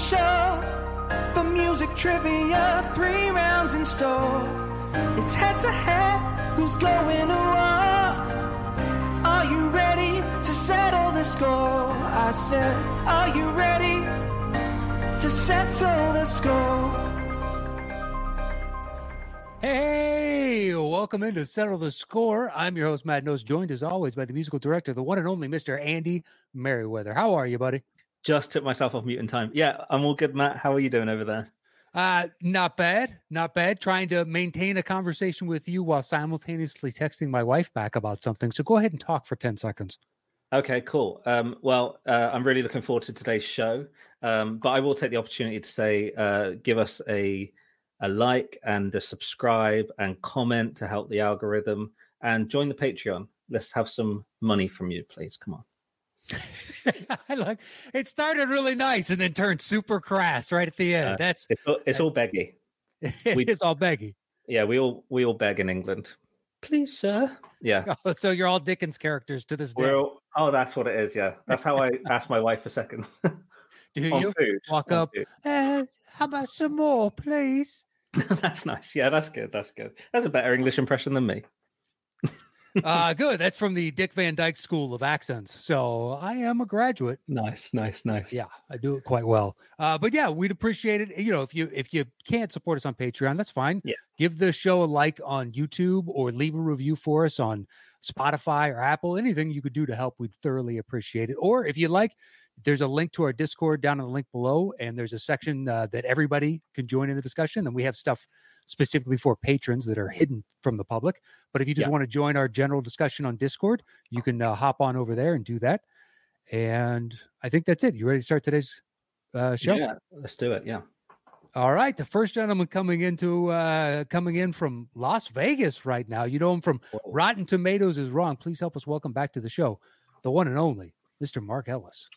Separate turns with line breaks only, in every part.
show for music trivia. Three rounds in store. It's head to head. Who's going to war? Are you ready to settle the score? I said, Are you ready to settle the score?
Hey, welcome into Settle the Score. I'm your host, Matt Nose, joined as always by the musical director, the one and only Mr. Andy Merriweather. How are you, buddy?
Just took myself off mute in time. Yeah, I'm all good, Matt. How are you doing over there?
Uh, not bad, not bad. Trying to maintain a conversation with you while simultaneously texting my wife back about something. So go ahead and talk for 10 seconds.
Okay, cool. Um, well, uh, I'm really looking forward to today's show. Um, but I will take the opportunity to say, uh, give us a a like and a subscribe and comment to help the algorithm and join the Patreon. Let's have some money from you, please. Come on.
I like it started really nice and then turned super crass right at the end.
Uh,
That's
It's all, it's all beggy.
it
we-
is all beggy.
Yeah, we all we all beg in England. Please, sir. Yeah.
Oh, So you're all Dickens characters to this day.
We're all, oh, that's what it is. Yeah, that's how I asked my wife for seconds.
Do
on
you
food.
walk
on
up?
food.
Uh, how about some more, please?
that's nice. Yeah, that's good. That's good. That's a better English impression than me.
uh good that's from the dick van dyke school of accents so i am a graduate
Nice, nice, nice.
yeah i do it quite well uh but yeah we'd appreciate it you know if you if you can't support us on patreon that's fine
Yeah.
give the show a like on youtube or leave a review for us on spotify or apple anything you could do to help we'd thoroughly appreciate it or if you like there's a link to our discord down in the link below and there's a section uh, that everybody can join in the discussion and we have stuff specifically for patrons that are hidden from the public but if you just
Yeah.
want to join our general discussion on discord you can uh, hop on over there and do that and I think that's it. You ready to start today's uh, show?
Yeah, let's do it. Yeah.
All right. The first gentleman coming into uh, coming in from Las Vegas right now. You know him from
Whoa.
Rotten Tomatoes is wrong. Please help us welcome back to the show, the one and only Mr. Mark Ellis.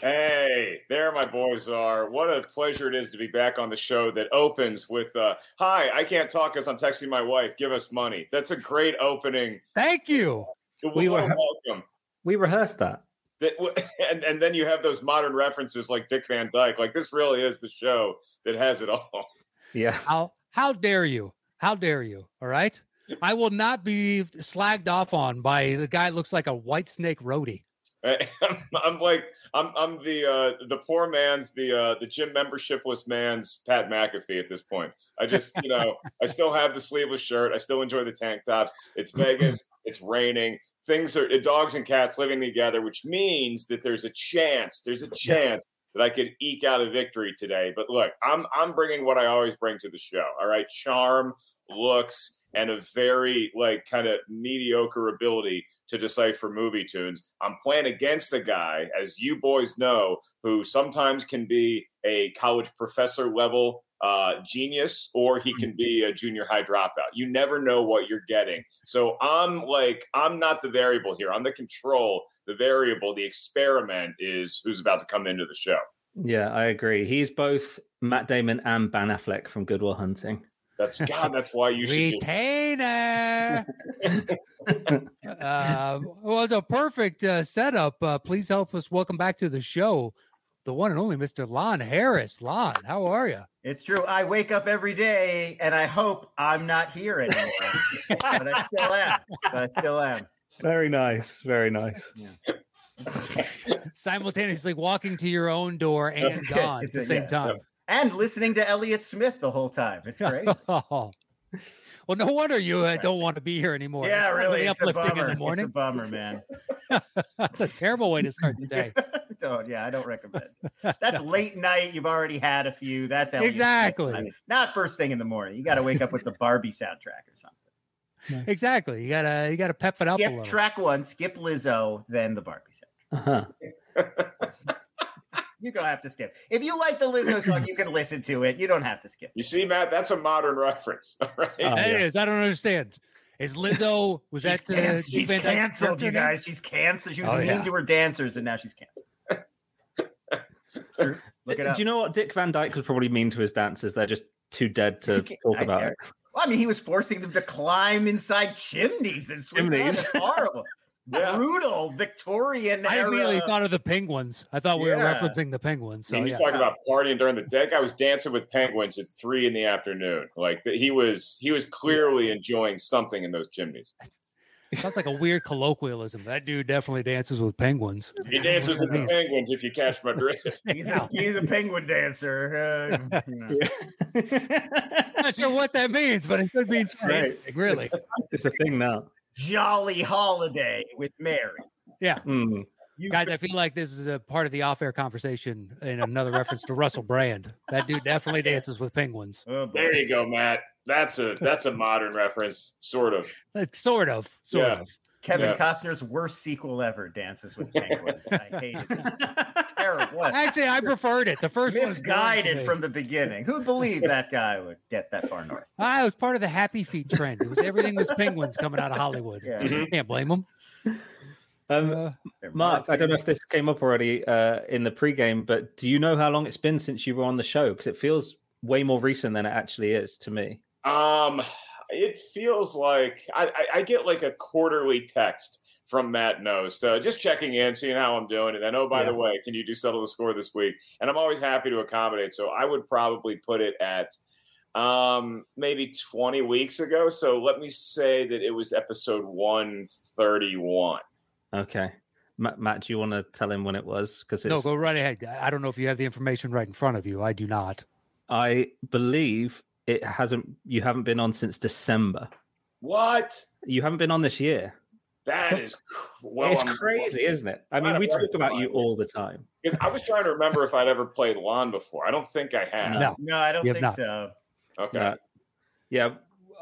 Hey, there my boys are. What a pleasure it is to be back on the show that opens with uh, Hi, I can't talk because I'm texting my wife. Give us money. That's a great opening.
Thank you.
We
We what a
were-
welcome.
We rehearsed that.
That, w- and, and then you have those modern references like Dick Van Dyke. Like, this really is the show that has it all.
Yeah.
How how dare you? How dare you? All right. I will not be slagged off on by the guy that looks like a white snake roadie.
I- I'm, I'm like I'm I'm the uh, the poor man's the uh, the gym membershipless man's Pat McAfee at this point. I just you know I still have the sleeveless shirt. I still enjoy the tank tops. It's Vegas. it's raining. Things are dogs and cats living together, which means that there's a chance. There's a chance that I could eke out a victory today. But look, I'm I'm bringing what I always bring to the show. All right, charm, looks, and a very like kind of mediocre ability to decipher movie tunes. I'm playing against a guy, as you boys know, who sometimes can be a college professor level uh, genius, or he can be a junior high dropout. You never know what you're getting. So I'm like, I'm not the variable here. I'm the control. The variable, the experiment is who's about to come into the show.
Yeah, I agree. He's both Matt Damon and Ben Affleck from Goodwill Hunting.
That's God. That's why you should. do-
Retainer. uh, well, it's a perfect uh, setup. Uh, please help us welcome back to the show, the one and only Mr. Lon Harris. Lon, how are you?
It's true. I wake up every day and I hope I'm not here anymore. but I still am. But I still am.
Very nice. Very nice.
Simultaneously walking to your own door
That's
and
good.
gone at
It's
the
a-
same
yeah.
time.
And listening to Elliott Smith the whole time. It's
Oh,
great.
well, no wonder you uh, don't want to be here anymore. It's
yeah,
not
really. It's a
uplifting
bummer.
in the
It's a
morning.
bummer, man.
That's a terrible way to start the day.
don't, Oh, yeah, I don't recommend. it. That's late night. You've already had a few. That's Elliott Smith
Exactly.
time. Not first thing in the morning. You got to wake up with the Barbie soundtrack or something.
exactly. You gotta you gotta pep it up a
skip
little.
track one. Skip Lizzo, then the Barbie soundtrack.
Uh-huh.
You're gonna have to skip. If you like the Lizzo song, you can listen to it. You don't have to skip.
You see, Matt, that's a modern reference. All right.
Oh,
That
yeah.
is, I don't understand. Is Lizzo was
She's
that uh,
canc-
Dick
she's
Van Dyke's
canceled,
character
you
name?
guys. She's canceled. She was
Oh,
mean
yeah.
to her dancers, and now she's canceled. It's true. Look it
Do
up.
you know what? Dick Van Dyke was probably mean to his dancers. They're just too dead to
Dick-
talk
I
about
dare-
it.
Well, I mean, he was forcing them to climb inside chimneys and swing.
Chimneys.
Chimneys. horrible.
Yeah.
brutal Victorian
I
era.
immediately thought of the penguins. I thought we were
Yeah.
referencing the penguins.
I
So
mean,
yeah.
you talk about partying during the day. I was dancing with penguins at three in the afternoon. Like th- he was, he was clearly enjoying something in those chimneys.
sounds like a weird colloquialism. That dude definitely dances with penguins.
He dances with the penguins. If you catch my drift,
he's, a, he's a penguin dancer. Uh, you know.
I'm not sure what that means, but it could mean something,
Right.
really.
it's a thing now.
Jolly holiday with Mary.
Mm.
You
Guys, I feel like this is a part of the off-air conversation and another reference to Russell Brand. That dude definitely dances with penguins.
Oh, boy.
there you go, Matt. That's a that's a modern reference, sort of.
Like, Sort of, sort
Yeah.
of.
Kevin
Yeah.
Costner's worst sequel ever, Dances with Penguins. I hated it. Terrible. What?
Actually, I preferred it. The first one's
Misguided from the beginning. Who believed that guy would get that far north?
I was part of the happy feet trend. It was everything was penguins coming out of Hollywood.
Yeah.
Mhm.
Can't blame them.
Uh,
Um,
They're
Mark, I don't know
marketing.
if this came up already uh, in the pregame, but do you know how long it's been since you were on the show? Because it feels way more recent than it actually is to me.
Um, it feels like I, I, I get like a quarterly text from Matt Nost, uh, just checking in, seeing how I'm doing, and then oh by the
Yeah.
way, can you do settle the score this week? And I'm always happy to accommodate, so I would probably put it at um maybe 20 weeks ago. So let me say that it was episode 131.
Okay. Matt, Matt do you want to tell him when it was? Because
No, go right ahead. I I don't know if you have the information right in front of you. I do not.
I believe it hasn't, you haven't been on since December.
What?
You haven't been on this year.
That is cr- well,
it's
I'm-
crazy, isn't it? I mean,
Not
we
a word
talk about you
about it.
all the time.
'Cause I was trying to remember if I'd ever played lawn before. I don't think I had.
No.
No, I don't
You have
think
not.
so.
Okay.
No. Yeah,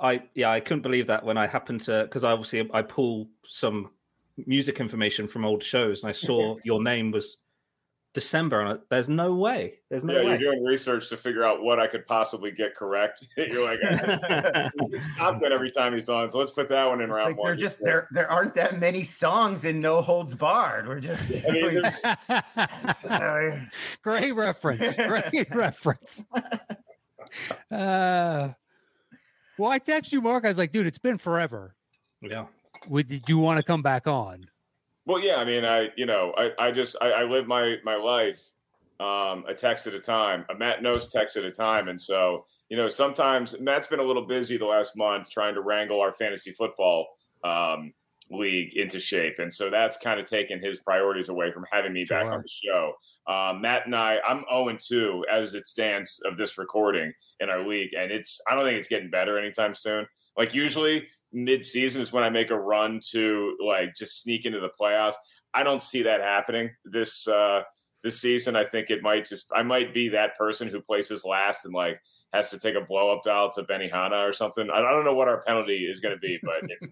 I yeah I couldn't believe that when I happened to because I obviously I pull some music information from old shows and I saw your name was December and I, there's no way there's no
yeah,
way.
you're doing research to figure out what I could possibly get correct. you're like, I'm good every time he's on, so let's put that one in
It's
round
like
one.
there just there there aren't that many songs in No Holds Barred. We're just
I mean, there's-
Great reference. Great reference. Uh, well, I texted you, Mark. I was like, dude, it's been forever.
yeah,
Would do you want to come back on?
well, yeah, I mean, I you know, I, I just I, I live my my life um, a text at a time, a Matt knows text at a time, and so you know, sometimes Matt's been a little busy the last month trying to wrangle our fantasy football um, league into shape, and so that's kind of taken his priorities away from having me back
Sure.
on the show. Uh, Matt and I, I'm 0 2 as it stands of this recording in our league, and it's I don't think it's getting better anytime soon. Like usually mid-season is when I make a run to like just sneak into the playoffs. I don't see that happening this uh, this season. I think it might just I might be that person who places last and like has to take a blow up dial to Benihana or something. I I don't know what our penalty is going to be, but it's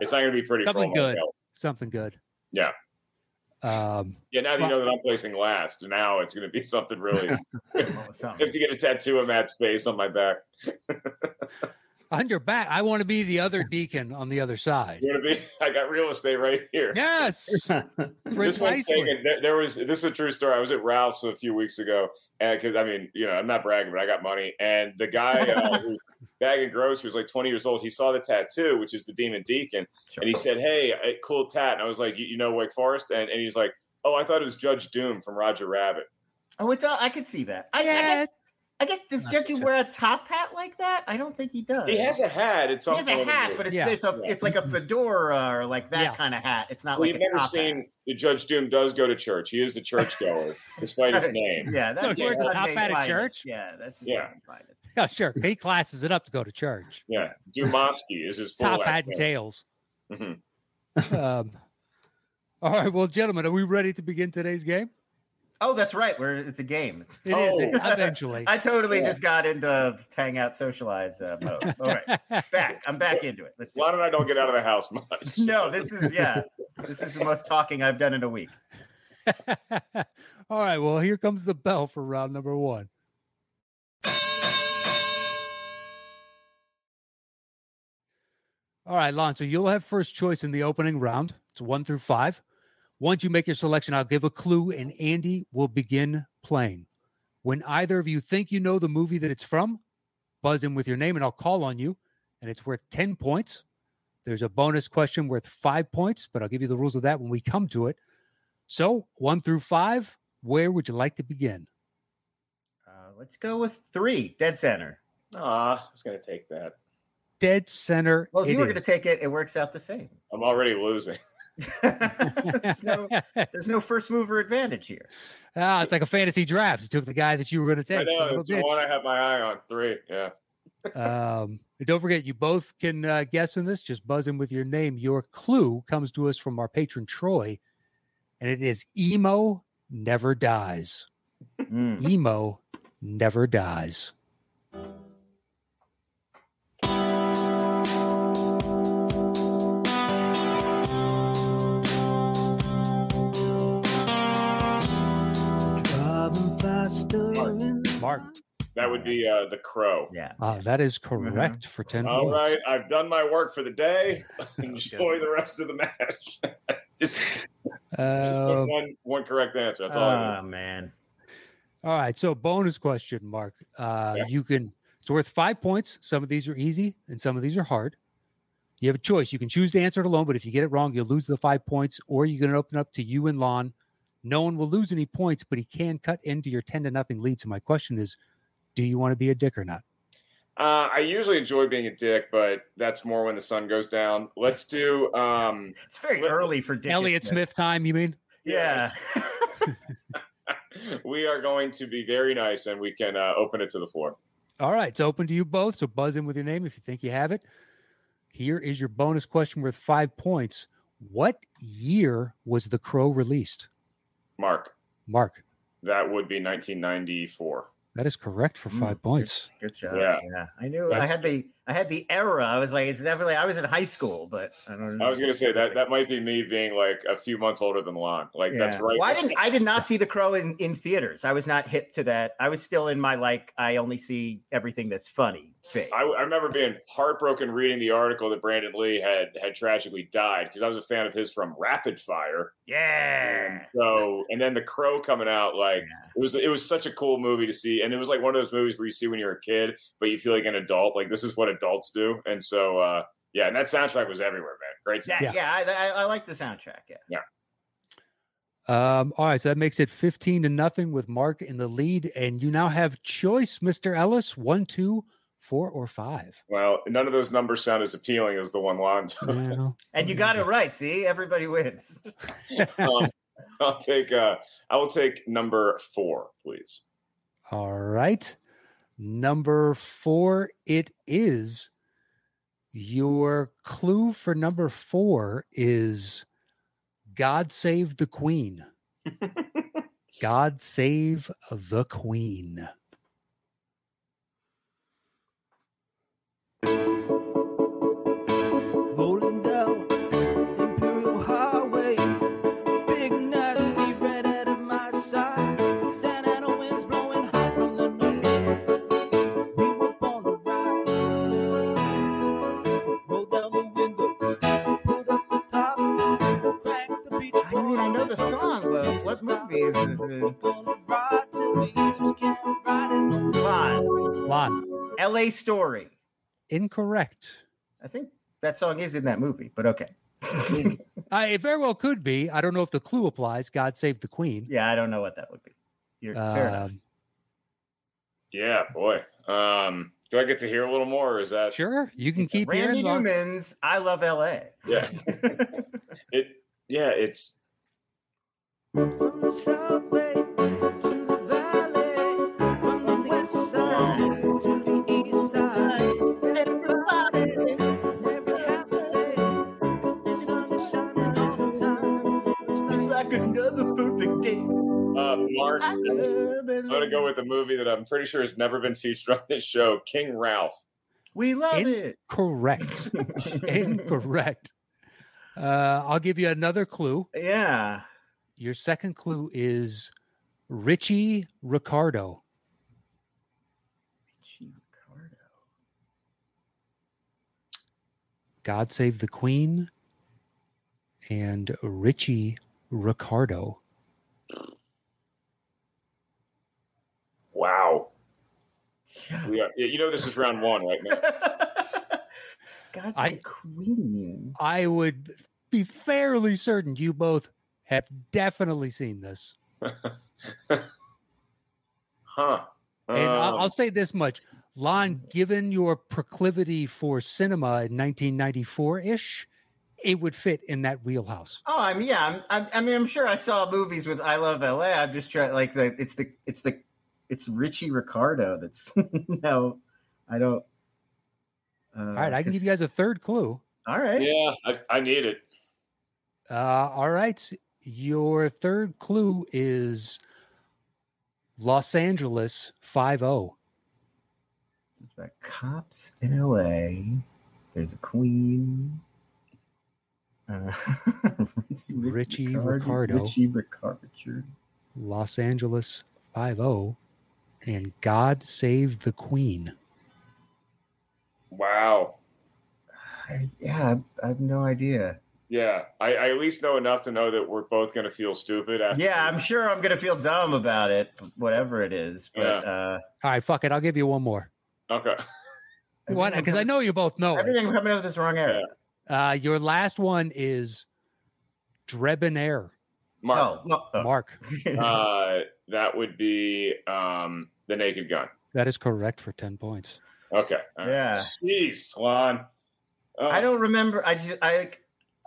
it's not going to be pretty. for a
Something
long
good.
while.
Something good.
Yeah.
Um,
Yeah, now that you know that I'm placing last, now it's going to be something really. I
Well,
have
something.
to get a tattoo of Matt's face on my back.
on your back, I want to be the other deacon on the other side.
You know what I mean? I got real estate right here.
Yes,
This one's
precisely.
taken- There, there was this is a true story. I was at Ralph's a few weeks ago, and because I mean, you know, I'm not bragging, but I got money. And the guy uh, who was bagging groceries, like 20 years old, he saw the tattoo, which is the demon deacon,
Sure.
and he said, "Hey, eh, cool tat." And I was like, "You, you know Wake Forest?" And, and he's like, "Oh, I thought it was Judge Doom from Roger Rabbit."
Oh, it's, uh, I could see that. I, I
Yeah.
guess. I guess does
Not
Judge
sure.
wear a top hat like that? I don't think he does.
He has a hat. It's
He has a hat, but it's
Yeah. Mm-hmm.
it's a
Yeah.
it's like a fedora or like that
Yeah.
kind of hat. It's not
we've
like a
never
top
seen the Judge Doom does go to church. He is the churchgoer, despite his name.
Hat. Yeah, that's
he wears
his
a
top
Sunday
hat at
finest.
church?
Yeah, that's his
Yeah.
Sunday finest.
Yeah, sure. He classes it up to go to church.
Yeah, Dumovsky is his full
Top
last
hat and
name.
tails.
Mhm.
Mm-hmm.
um, all right, well, gentlemen, are we ready to begin today's game?
Oh, that's right. We're it's a game. It's-
It is
Oh.
eventually.
I totally
Yeah.
just got into hang out, socialize uh, mode. All right, back. I'm back into it. Let's do
Lon
it.
and I don't get out of the house much.
No, this is yeah. This is the most talking I've done in a week.
All right, well, here comes the bell for round number one. All right, Lon, so you'll have first choice in the opening round. It's one through five. Once you make your selection, I'll give a clue and Andy will begin playing. When either of you think you know the movie that it's from, buzz in with your name and I'll call on you, and it's worth 10 points. There's a bonus question worth five points, but I'll give you the rules of that when we come to it. So, one through five, where would you like to begin?
Uh, let's go with three, dead center.
Aw, I was gonna take that.
Dead center.
Well, if
it
you were
is.
going to take it, it works out the same.
I'm already losing.
there's, no, there's no first mover advantage here.
ah, it's like a fantasy draft. You took the guy that you were going to
I
take. son of
know
a
it's the
bitch.
one I have my eye on. Three, yeah.
Um, and don't forget, you both can uh, guess in this. Just buzz in with your name. Your clue comes to us from our patron Troy, and it is emo never dies.
Hmm.
Mm.
Emo never dies.
Driving faster and
Mark,
That would be uh, the crow.
Yeah.
ah, that is correct for ten
Mm-hmm. All
points.
right, I've done my work for the day. Enjoy the rest of the match. Just just put
Um,
one, one correct answer. That's all. I
Oh, man.
All right. So bonus question, Mark. Uh,
Yeah.
You can. It's worth five points. Some of these are easy, and some of these are hard. You have a choice. You can choose to answer it alone, but if you get it wrong, you'll lose the five points, or you can open up to you and Lon. No one will lose any points, but he can cut into your ten to nothing lead. So my question is, do you want to be a dick or not?
Uh, I usually enjoy being a dick, but that's more when the sun goes down. Let's do. Um,
It's very
Well,
early for Dick
Elliot Smith time, you mean?
Yeah.
we are going to be very nice, and we can uh, open it to the floor.
All right, it's open to you both. So buzz in with your name if you think you have it. Here is your bonus question worth five points. What year was The Crow released?
Mark,
Mark.
that would be 1994.
That is correct for
Mm,
five
good-
points.
Good job. Yeah.
Yeah.
I knew I
That's-
had the I had the era. I was like, it's definitely I was in high school, but I don't know.
I was going to say that that might be me being like a few months older than Lon. Like that's
Yeah.
right.
Well, I didn't I did not see the crow in, in theaters. I was not hip to that. I was still in my like I only see everything that's funny phase.
I, I remember being heartbroken reading the article that Brandon Lee had had tragically died because I was a fan of his from Rapid Fire. And
yeah.
so and then The Crow coming out like it was it was such a cool movie to see and it was like one of those movies where you see when you're a kid but you feel like an adult like this is what adults do and so uh yeah and that soundtrack was everywhere man great sound.
Yeah,
Yeah.
yeah, I, I, I like the soundtrack. Yeah.
Um, all right, so that makes it 15 to nothing with Mark in the lead. And you now have choice, Mr. Ellis, one, two, four, or five.
well none of those numbers sound as appealing as the one Lon took.
Well,
And you got it right. See, everybody wins.
um, I'll take uh I will take number four please
all right. Number four, it is. Your clue for number four is God save the Queen. God save the Queen.
rolling down Imperial Highway. Big nasty red at my side. San Ana winds blowing hot from the north. We were born to ride. Roll down the window, pulled up the top, cracked the beach.
I mean, I know the song, but what movie is this
We're
in?
gonna ride till we just can't ride it no
Come on.
Lon,
LA Story.
incorrect.
I think that song is in that movie, but okay.
Uh, it very well could be. I don't know if the clue applies. God save the queen.
yeah, I don't know what that would be. You're fair enough.
Um,
yeah boy um do I get to hear a little more or is that
Um, sure, you can keep
Randy
hearing. Lon.
Newman's I Love LA.
yeah it yeah it's
From the south bay to the valley, from the west side to the east side. Everybody, every happy day, 'cause the sun is shining all the time.
Looks like another perfect day.
uh Mark
I love LA.
I'm gonna go with a movie that I'm pretty sure has never been featured on this show, King Ralph.
We love
In-
it.
Correct. incorrect. Uh, I'll give you another clue.
yeah.
Your second clue is Richie Ricardo.
Richie Ricardo.
God save the queen and Richie Ricardo.
Wow.
Yeah.
We are, yeah, you know this is round one right now.
God's
I-
my queen.
I would be fairly certain you both have definitely seen this.
Huh.
And I'll,
Um,
I'll say this much. Lon, given your proclivity for cinema in 1994 ish, it would fit in that wheelhouse.
Oh, I'm yeah. I'm, I'm, I mean, I'm sure I saw movies with I Love LA. I'm just trying like the it's the it's the it's Richie Ricardo. That's no, I don't. Uh,
All right, I can give you guys a third clue.
All right.
yeah, I, I need it.
Uh, all right, your third clue is Los Angeles oh. 5 0.
It's about cops in LA. There's a queen. Uh,
Richie Ricardo.
Richie Ricardo.
Los Angeles 5 0. And God Save the Queen.
Wow.
I, yeah, I, I have no idea.
Yeah, I, I at least know enough to know that we're both going to feel stupid. After
Yeah, I'm sure I'm gonna feel dumb about it, whatever it is. But
Yeah.
uh,
All right, fuck it. I'll give you one more.
Okay.
What? Because I know you both know. it.
everything coming out of this wrong era.
Uh, your last one is Debonair,
Mark,
Oh, no, oh.
Mark.
uh, that would be um, the Naked Gun.
That is correct for 10 points.
Okay. all right.
oh, yeah.
Jeez, Lon. Oh,
I don't remember. I just I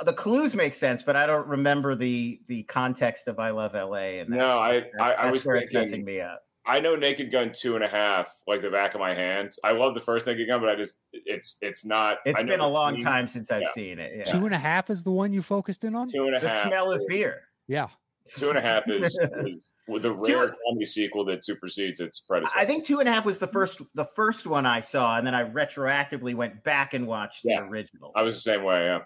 the clues make sense, but I don't remember the the context of I Love LA. And that-
No, I,
that-
I, I
that's
was
where it's messing
thinking.
me up.
I know Naked Gun two and a half, like the back of my hand. I love the first Naked Gun, but I just it's it's not.
It's
I know
been a
the
long
theme,
time since I've
Yeah.
seen it. Yeah.
Two and a half is the one you focused in on?
Two and a
The
half.
smell of fear.
Yeah.
Two and a half is, is the rare comedy sequel that supersedes its predecessor.
I think two and a half was the first the first one I saw, and then I retroactively went back and watched
Yeah.
the original.
I was the same way. Yeah.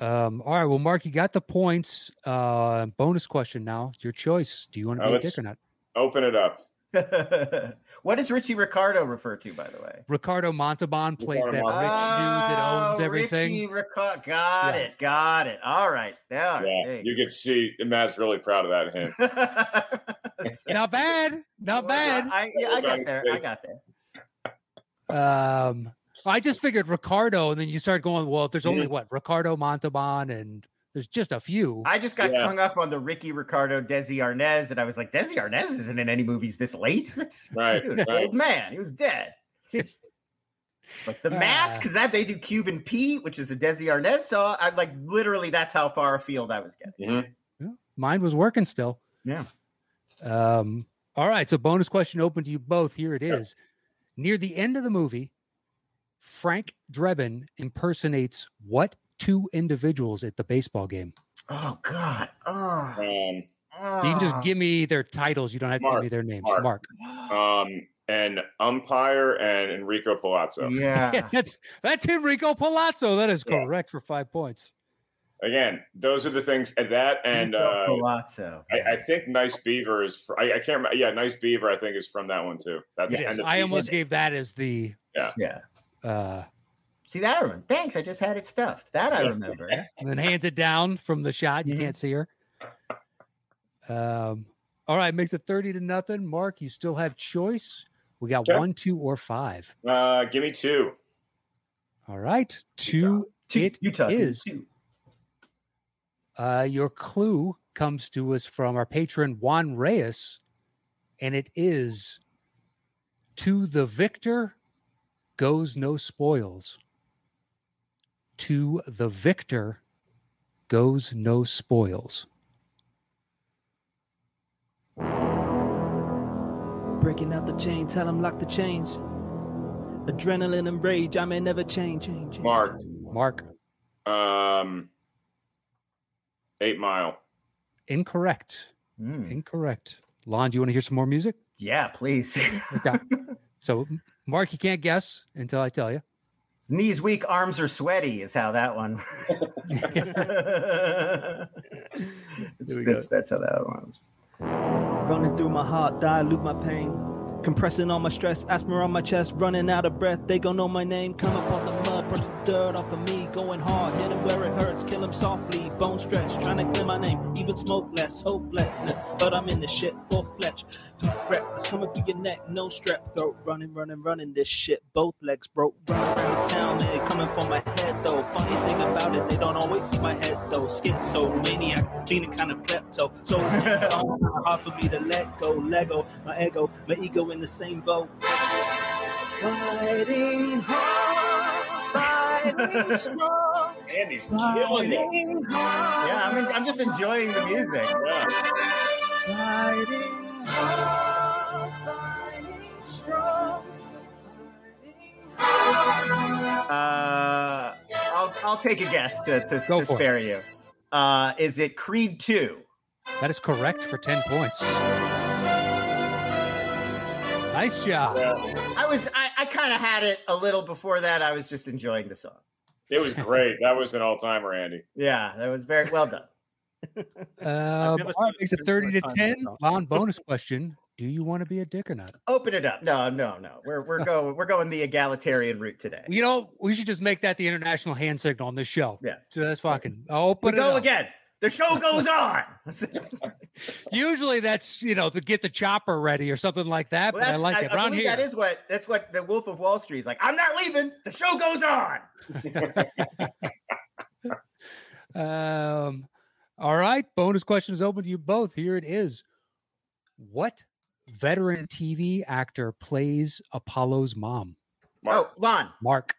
Um, all right. Well, Mark, you got the points. Uh, bonus question now. Your choice. Do you want to
Oh,
be a
it's-
dick or not?
Open it up.
what does Richie Ricardo refer to, by the way?
Ricardo Montalban plays
Ricardo
that rich dude Uh, that
Oh,
owns everything.
Richie Ricardo. Got
Yeah.
it. Got it. All right. All right.
yeah,
there
you can see Matt's really proud of that hint.
Not bad. Not bad.
I, yeah, I got there. I got there.
Um, I just figured Ricardo, and then you start going, well, if there's only
Mhm.
what? Ricardo Montalban, and there's just a few.
I just got
Yeah.
hung up on the Ricky Ricardo Desi Arnaz, and I was like, Desi Arnaz isn't in any movies this late. That's
Right,
he was an
right.
old man. He was dead.
It's-
But the mask,
Ah.
because that they do Cuban Pete, which is a Desi Arnaz song. I like literally that's how far afield I was getting.
mine was working still.
Yeah.
Um, all right. So, bonus question open to you both. Here it is. Near the end of the movie, Frank Drebin impersonates what two individuals at the baseball game?
Oh God. Oh,
Um,
You can just give me their titles. You don't have to give
Mark,
me their names. Mark.
Mark.
Ah.
um, an umpire and Enrico Palazzo.
Yeah.
that's that's Enrico Palazzo. That is
Yeah.
correct for five points.
Again, those are the things, and that, and
Rico
uh,
Palazzo.
I, I think Nice Beaver is. Fr- I, I can't remember. Yeah, Nice Beaver. I think is from that one too. That's
Yes,
and the-
I almost gave that as the
yeah.
uh
See that I remember. Thanks. I just had it stuffed. That I
Yeah.
remember.
and then hands it down from the shot. You
Mhm.
can't see her. Um, all right, makes it 30 to nothing. Mark, you still have choice. We got
Okay.
one, two, or five.
Uh, give me two.
All right, two. It
Utah dude,
is.
too.
Uh, your clue comes to us from our patron Juan Reyes, and it is to the victor goes no spoils. To the victor goes no spoils.
Breaking out the chain, tell them lock the chains. Adrenaline and rage, I may never change. change, change.
Mark.
Mark,
Um, eight Mile.
incorrect.
Mm.
Incorrect. Lon, do you want to hear some more music?
Yeah, please.
Okay. so, M- Mark, you can't guess until I tell you.
Knees weak, arms are sweaty is how that one.
There we
that's,
go.
that's, that's how that one. was.
Running through my heart, dilute my pain. Compressing all my stress, asthma on my chest, running out of breath. They gon' know my name, come up off the mud, brush the dirt off of me. Going hard, hit 'em where it hurts, kill 'em softly, bone stretch. Trying to clear my name, even smoke less, hopelessness. But I'm in the shit full fledged. Reckless,
Coming through your neck, no strep throat. Running, running, running this shit. Both legs broke. Running through town, they coming for my head though. Funny thing about it, they don't always see my head though. Schizo, maniac, leaning kind of klepto. So hard for me to let go. Lego, my ego, my ego in the same boat. Fighting hard, fighting strong.
Andy's killing it.
Yeah, I'm, I'm just enjoying the music.
Yeah.
Fighting hard, fighting strong.
Uh, I'll, I'll take a guess to, to,
Go
to
for it.
spare you. Uh, is it Creed 2?
That is correct for 10 points. Nice job.
I was, I, I kind of had it a little before that. I was just enjoying the song.
It was great. That was an all timer, Andy.
Yeah, that was very well done.
Uh,
never
all right,
seen
makes it
it
30 to
before.
10. Lon, bonus question. Do you want to be a dick or not?
Open it up. No, no, no. We're we're going we're going the egalitarian route today.
You know, we should just make that the international hand signal on this show.
Yeah.
So that's fucking. Oh,
We
but
go again. The show goes on.
Usually that's, you know, to get the chopper ready or something like that.
Well,
but I
that's,
like
I,
it.
I
Around
believe
here.
that is what that's what the Wolf of Wall Street is like. I'm not leaving. The show goes on.
Um, all right. Bonus question is open to you both. Here it is. What veteran TV actor plays Apollo's mom?
Oh,
Mark,
Lon.
Mark.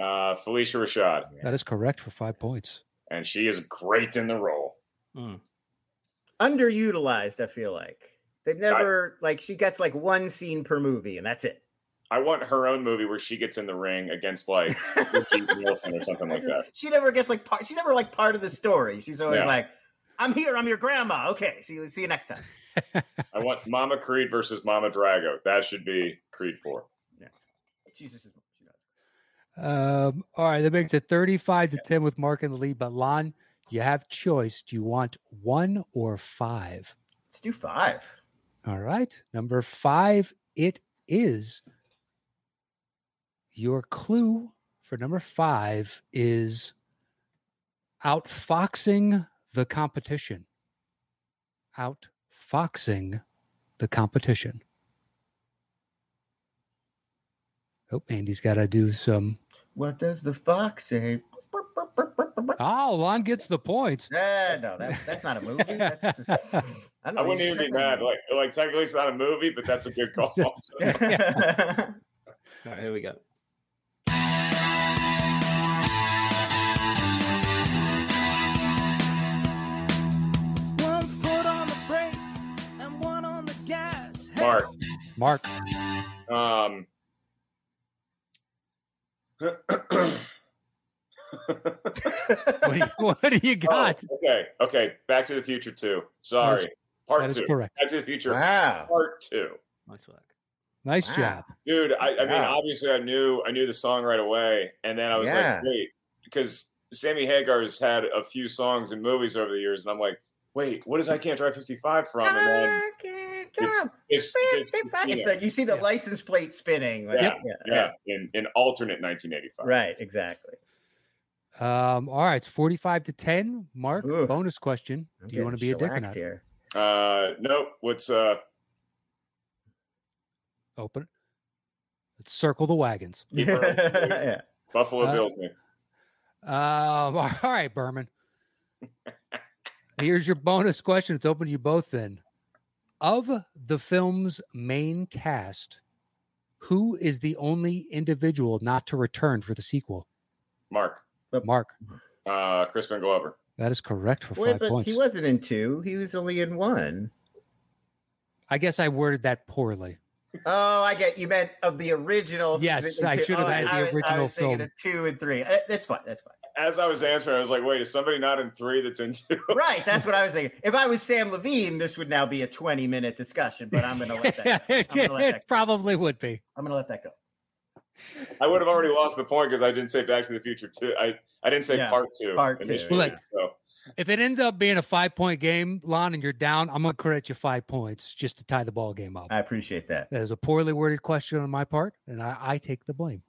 uh, Felicia Rashad,
That is correct for five points.
and she is great in the role.
Underutilized, I feel like. They've never like she gets like one scene per movie and that's it.
I want her own movie where she gets in the ring against like Brigitte Nielsen or something like that.
she never gets like part she never like part of the story. She's always
Yeah.
like, I'm here, I'm your grandma. Okay, see you see you next time.
I want Mama Creed versus Mama Drago. That should be Creed Four.
Jesus is she knows.
Um, all right, that makes it 35 to 10 with Mark in the lead. But Lon, you have choice. Do you want one or five?
Let's do five.
All right, number five, it is. Your clue for number five is outfoxing the competition. Outfoxing the competition. Oh, Andy's got to do some
What does the fox say?
Oh, Lon gets the points.
Eh, no, that, that's not a movie. That's, I, don't
I wouldn't even be
that's
mad.
not
Like, like technically, it's not a movie, but that's a good call.
a movie.
All right, here we go.
One foot on the brake and one on the gas. Hey,
Mark,
Mark,
um, Oh,
what do you, what do you got?
Oh, okay, okay. Back to the Future Two. Sorry,
That is- that
Part
is
Two.
correct.
Back to the Future
wow.
Part Two.
Nice work.
Nice
Wow.
job.
Dude, I, I mean,
Wow.
obviously, I knew I knew the song right away, and then I was
Yeah.
like, wait, because Sammy Hagar's had a few songs and movies over the years, and I'm like, wait, what is I Can't Drive 55 from? And then
Ah,
it's, it's, it's,
It's
yeah,
that you see the
Yeah.
license plate spinning. Like,
Yep.
yeah,
yeah, in, in alternate 1985.
Right, exactly.
Um, all right, it's 45 to 10. Mark,
Oof.
bonus question.
I'm
do you want to be a
getting
dick or
shellacked
not?
Uh,
Here.
nope. What's uh?
Open. it. Let's circle the wagons.
Keep her up, dude.
yeah.
Buffalo
Uh,
Bills. man.
Um, all right, Berman. Here's your bonus question. It's open to you both then. Of the film's main cast, who is the only individual not to return for the sequel?
Mark,
Mark,
uh, Crispin Glover.
that is correct for
Wait,
five
but
points.
he wasn't in two. He was only in one.
I guess I worded that poorly.
Oh, I get you meant of the original. he was
Yes,
in
I
two. Oh,
should have had the
I was- I
original
was thinking
film.
of two and three. Eh, That's fine. That's fine.
As I was answering, I was like, wait, is somebody not in three that's in two?
Right, that's what I was thinking. If I was Sam Levine, this would now be a 20 minute discussion, but I'm gonna let that go. I'm gonna let
it
that go.
probably would be.
I'm gonna let that go.
I would have already lost the point because I didn't say Back to the Future two. I, I didn't say
Yeah,
Part two.
part two.
initially,
Look.
so.
If it ends up being a five point game, Lon, and you're down, I'm going to credit you five points just to tie the ball game up.
I appreciate that.
That is a poorly worded question on my part, and I, I take the blame.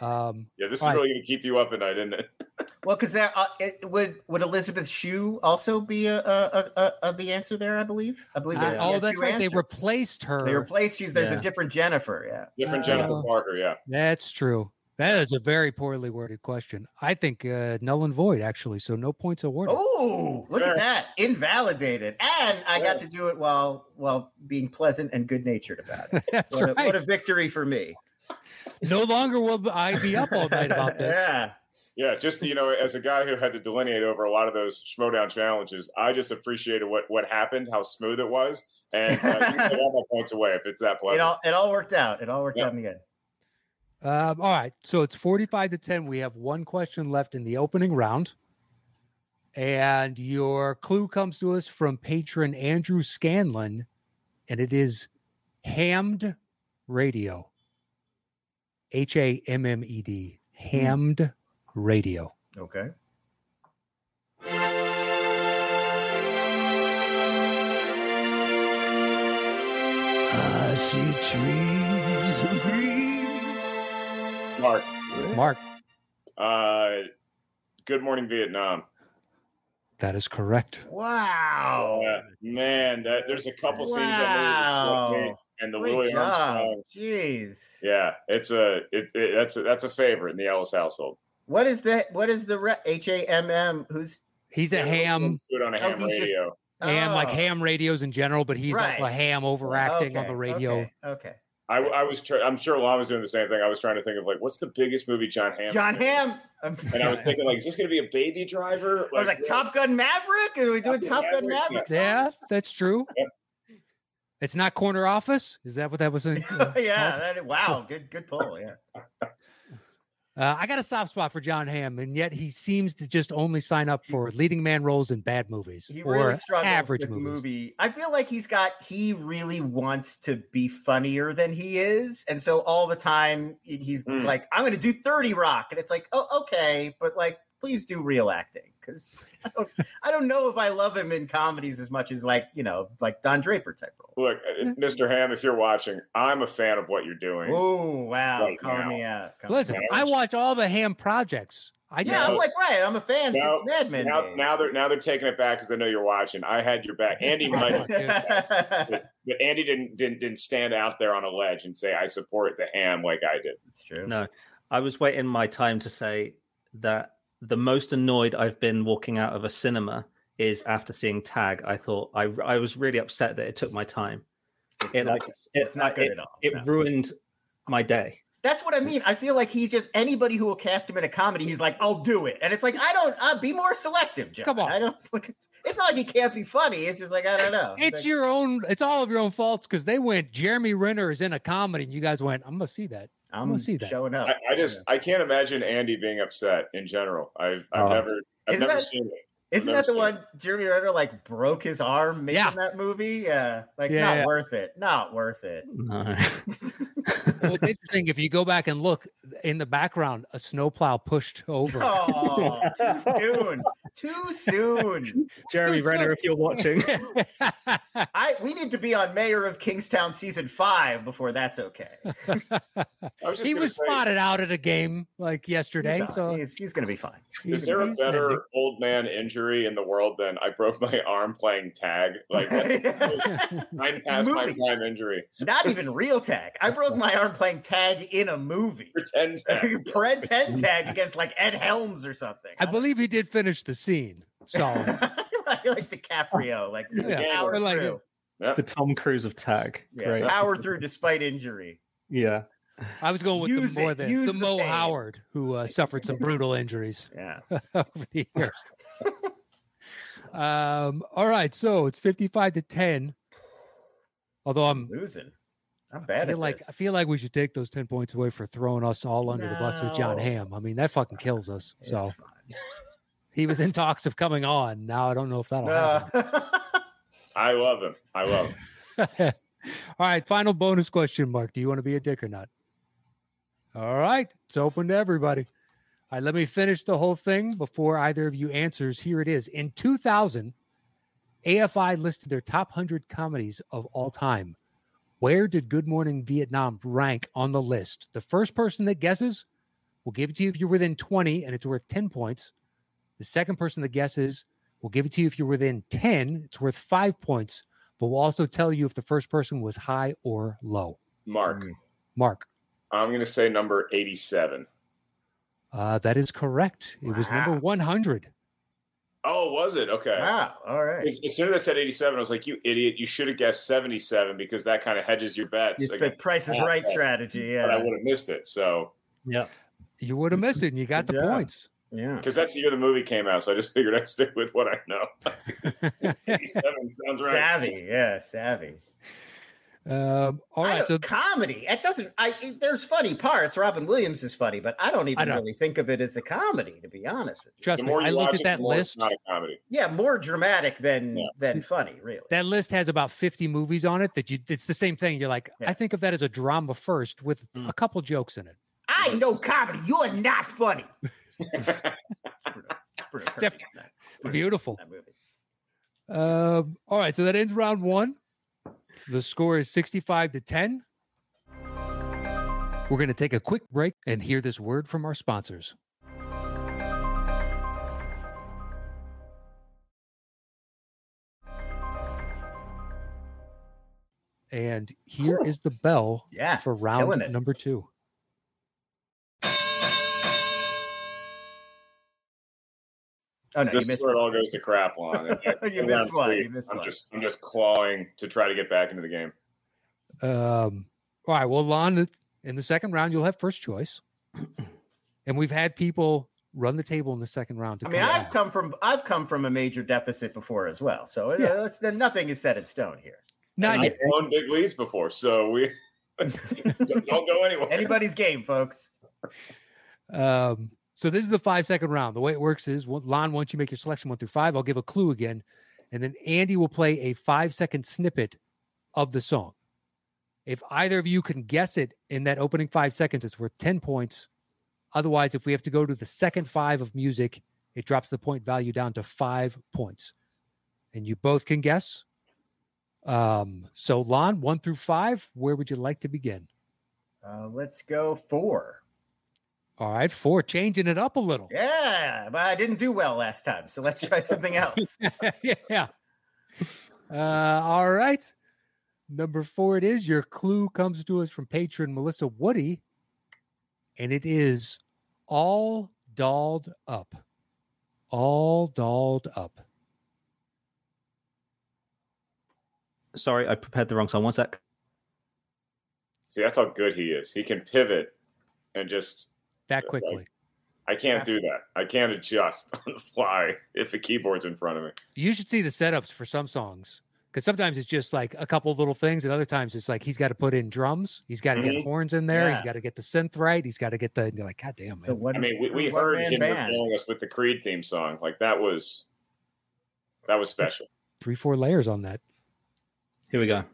Um,
Yeah, this is
All right.
really going to keep you up at night, isn't it?
Well, because that uh, it, would would Elizabeth Shue also be a, a, a, a the answer there? I believe. I believe.
uh,
there'd be
oh,
a
that's
few
right. They
answers.
replaced her.
They replaced you. There's
Yeah.
a different Jennifer. Yeah.
Different
Uh,
Jennifer Parker, yeah.
that's true. That is a very poorly worded question. I think uh, null and void actually. So no points awarded.
Oh, look
Sure.
at that! Invalidated, and I got
Yeah.
to do it while while being pleasant and good natured about it.
that's
What, a,
right.
what a victory for me!
no longer will I be up all night about this.
yeah.
Yeah, just you know, as a guy who had to delineate over a lot of those Schmodown challenges, I just appreciated what what happened, how smooth it was, and uh, you can take all my points away if it's that
It
pleasant.
all it all worked out. It all worked
Yeah.
out in the end.
Um, all right. So it's 45 to 10. We have one question left in the opening round. And your clue comes to us from patron Andrew Scanlon, and it is hammed radio. H A M M E D. Hammed radio.
Okay.
I see trees of green.
Mark,
Mark,
uh, Good Morning Vietnam.
that is correct.
Wow.
Yeah, Uh, man, that, there's a couple scenes that
Wow.
made- that made- and the
Great
Louis
job.
Armstrong.
Jeez.
Yeah, it's a it, it that's a, that's a favorite in the Ellis household.
What is that? What is the re- H A M M? Who's
He's a ham,
Do it on a
Oh,
ham
he's just-
radio.
ham like
Oh.
ham radios in general, but he's
Right.
also a ham overacting on
Okay,
the radio.
Okay. okay.
I, I was tr- I'm sure Lon was doing the same thing. I was trying to think of like what's the biggest movie John Hamm?
John
Hamm.
Hamm. I'm-
And I was thinking, like, is this going to be a baby driver?
I was like, Top Gun Maverick? Are we doing
Top
Top
Gun
Gun Maverick?
Maverick,
Yeah, that's true.
Yep.
It's not corner office. Is that what that was? In, uh,
yeah.
called?
That, wow. Good good pull. Yeah.
Uh, I got a soft spot for John Hamm, and yet he seems to just only sign up for leading man roles in bad movies
He
or
really struggles
average
with
movies.
movie. I feel like he's got he really wants to be funnier than he is, and so all the time he- he's
Hmm.
like, "I'm going to do Thirty Rock," and it's like, "Oh, okay," but like, please do real acting because I don't, I don't know if I love him in comedies as much as like you know like Don Draper type role.
Look, uh,
Mm-hmm.
Mr. Ham, if you're watching, I'm a fan of what you're doing.
Oh wow,
Right
call
now.
me out. call me
Listen,
out.
I watch all the Ham projects. I just
yeah, I'm
No.
like right. I'm a fan
Now-
since Mad Men.
Now,
days.
now they're now they're taking it back because they know you're watching. I had your back, Andy might, but Andy didn't, didn't didn't stand out there on a ledge and say I support the ham like I did.
it's true.
No, I was waiting my time to say that the most annoyed I've been walking out of a cinema is after seeing Tag. I thought I I was really upset that it took my time.
it's,
It
not,
like it,
it's not good
it,
at all.
it
no.
ruined my day.
That's what I mean. I feel like he just anybody who will cast him in a comedy, he's like, "I'll do it," and it's like, I don't. Uh, be more selective, John.
Come on.
I don't. It's not like he can't be funny. It's just like I don't know.
it's
like,
your own. It's all of your own faults because they went. Jeremy Renner is in a comedy, and you guys went. I'm gonna see that.
I'm,
gonna see that.
showing up.
I, I just I can't imagine Andy being upset in general. I've I've
Oh.
never I've
Isn't
never
that-
seen it.
isn't
never
that the
seen
one Jeremy Renner like broke his arm making
Yeah.
that movie? Yeah, like
Yeah,
not
yeah.
worth it. Not worth it.
No.
Well, it's interesting if you go back and look in the background, a snowplow pushed over.
Oh, too soon. Too soon.
Jeremy
Who's
Renner,
that?
if you're watching.
Oh. I we need to be on Mayor of Kingstown season five before that's okay. He's
I was just
he
gonna
was
say,
spotted out at a game like yesterday.
on-
so
he's, he's gonna be fine.
he's-
Is there a
he's
better
mending.
old man injury in the world than I broke my arm playing tag? Like that's nine times my
Movie.
prime injury.
Not even real tag. I broke my arm playing tag in a movie.
Pretend tag.
Pretend tag against like Ed Helms or something.
I believe he did finish the scene. So
Right, like DiCaprio, like
Yeah,
power
or like-
through,
Yeah.
the Tom Cruise of Tag.
yeah, Ah.
Great.
power through despite injury.
Yeah.
I was going with
Use
the more
it,
than
use
the
the
Mo
fame.
Howard, who uh, suffered some brutal injuries
Yeah,
over the years. um, all right, so it's fifty-five to ten. Although I'm
losing. I'm
I
bad
feel
at
like
this.
I feel like we should take those ten points away for throwing us all under the bus with John
No.
Hamm. I mean that fucking kills us.
It's
So
fine.
he was in talks of coming on. Now I don't know if that'll happen.
Uh,
I love him. I love him.
All right, final bonus question, Mark. Do you want to be a dick or not? All right, it's open to everybody. All right, let me finish the whole thing before either of you answers. Here it is. In 2000, AFI listed their top 100 comedies of all time. Where did Good Morning Vietnam rank on the list? The first person that guesses We'll give it to you if you're within 20 and it's worth 10 points. The second person that guesses, we'll give it to you if you're within 10, it's worth five points. But we'll also tell you if the first person was high or low.
Mark,
Hmm. Mark,
I'm going to say number 87.
uh, that is correct. It was number
Wow.
100.
Oh, was it? Okay.
Wow. All right.
As, as soon as I said 87, I was like, you idiot. You should have guessed 77 because that kind of hedges your bets.
It's the
against-
Price is
Yeah.
Right strategy.
But I
Yeah.
would have missed it. So,
Yeah.
You would have missed it and you got the
Good job.
points.
Yeah.
because that's the year the movie came out. So I just figured I'd stick with what I know. 87 sounds right.
Savvy. Yeah. Savvy.
Um, all
I
right. So
don't- comedy. It doesn't. I it, there's funny parts. Robin Williams is funny, but I don't even
know.
really think of it as a comedy, to be honest with you.
trust
The
me,
more you
I looked
watch
at
it,
that
the more it's
list.
Not a comedy.
Yeah, more dramatic than
Yeah.
than funny, really.
That list has about 50 movies on it that you it's the same thing. You're like,
Yeah.
I think of that as a drama first with
Mm.
a couple jokes in it.
I know comedy. You're not funny.
Except- Beautiful.
That movie.
Um, all right, so that ends round one. The score is 65 to 10. We're going to take a quick break and hear this word from our sponsors. And here is the bell
Yeah,
for
killing
round
it.
number two.
Oh no,
This
you
is
missed.
where it all goes to crap on. And-
You
and
missed
round
one,
three,
you missed
I'm
one.
just, I'm just clawing to try to get back into the game.
Um, all right. Well, Lon, it's- in the second round, you'll have first choice. And we've had people run the table in the second round. To
I mean,
come
I've
back.
come from I've come from a major deficit before as well. So uh,
Yeah.
that's- then nothing is set in stone here.
Not
I've
yet.
blown big leads before, so we don't don't go anywhere.
Anybody's game, folks.
Um, so this is the five second round. The way it works is, well, Lon, once you make your selection one through five, I'll give a clue again, and then Andy will play a five second snippet of the song. If either of you can guess it in that opening five seconds, it's worth ten points. Otherwise, if we have to go to the second five of music, it drops the point value down to five points, and you both can guess. Um, so Lon, one through five, where would you like to begin?
Uh, let's go four.
All right, four, changing it up a little.
Yeah, but I didn't do well last time, so let's try something else.
yeah. Uh, all right. Number four, it is your clue comes to us from patron Melissa Woody, and it is all dolled up. All dolled up.
Sorry, I prepared the wrong song. One sec.
See, that's how good he is. He can pivot and just.
That
Yeah,
quickly.
I can't do that. I can't adjust on the fly if a keyboard's in front of me.
You should see the setups for some songs because sometimes it's just like a couple little things, and other times it's like he's got to put in drums, he's got to
Mhm.
get horns in there, he's
Mm-hmm. Yeah.
got to get the synth right, he's got to get the. and you're like, God damn, man.
So what?
I mean, we, we
one
heard
man
him
band.
regaling us with the Creed theme song. Like that was, that was special.
Three, four layers on that.
Here we go.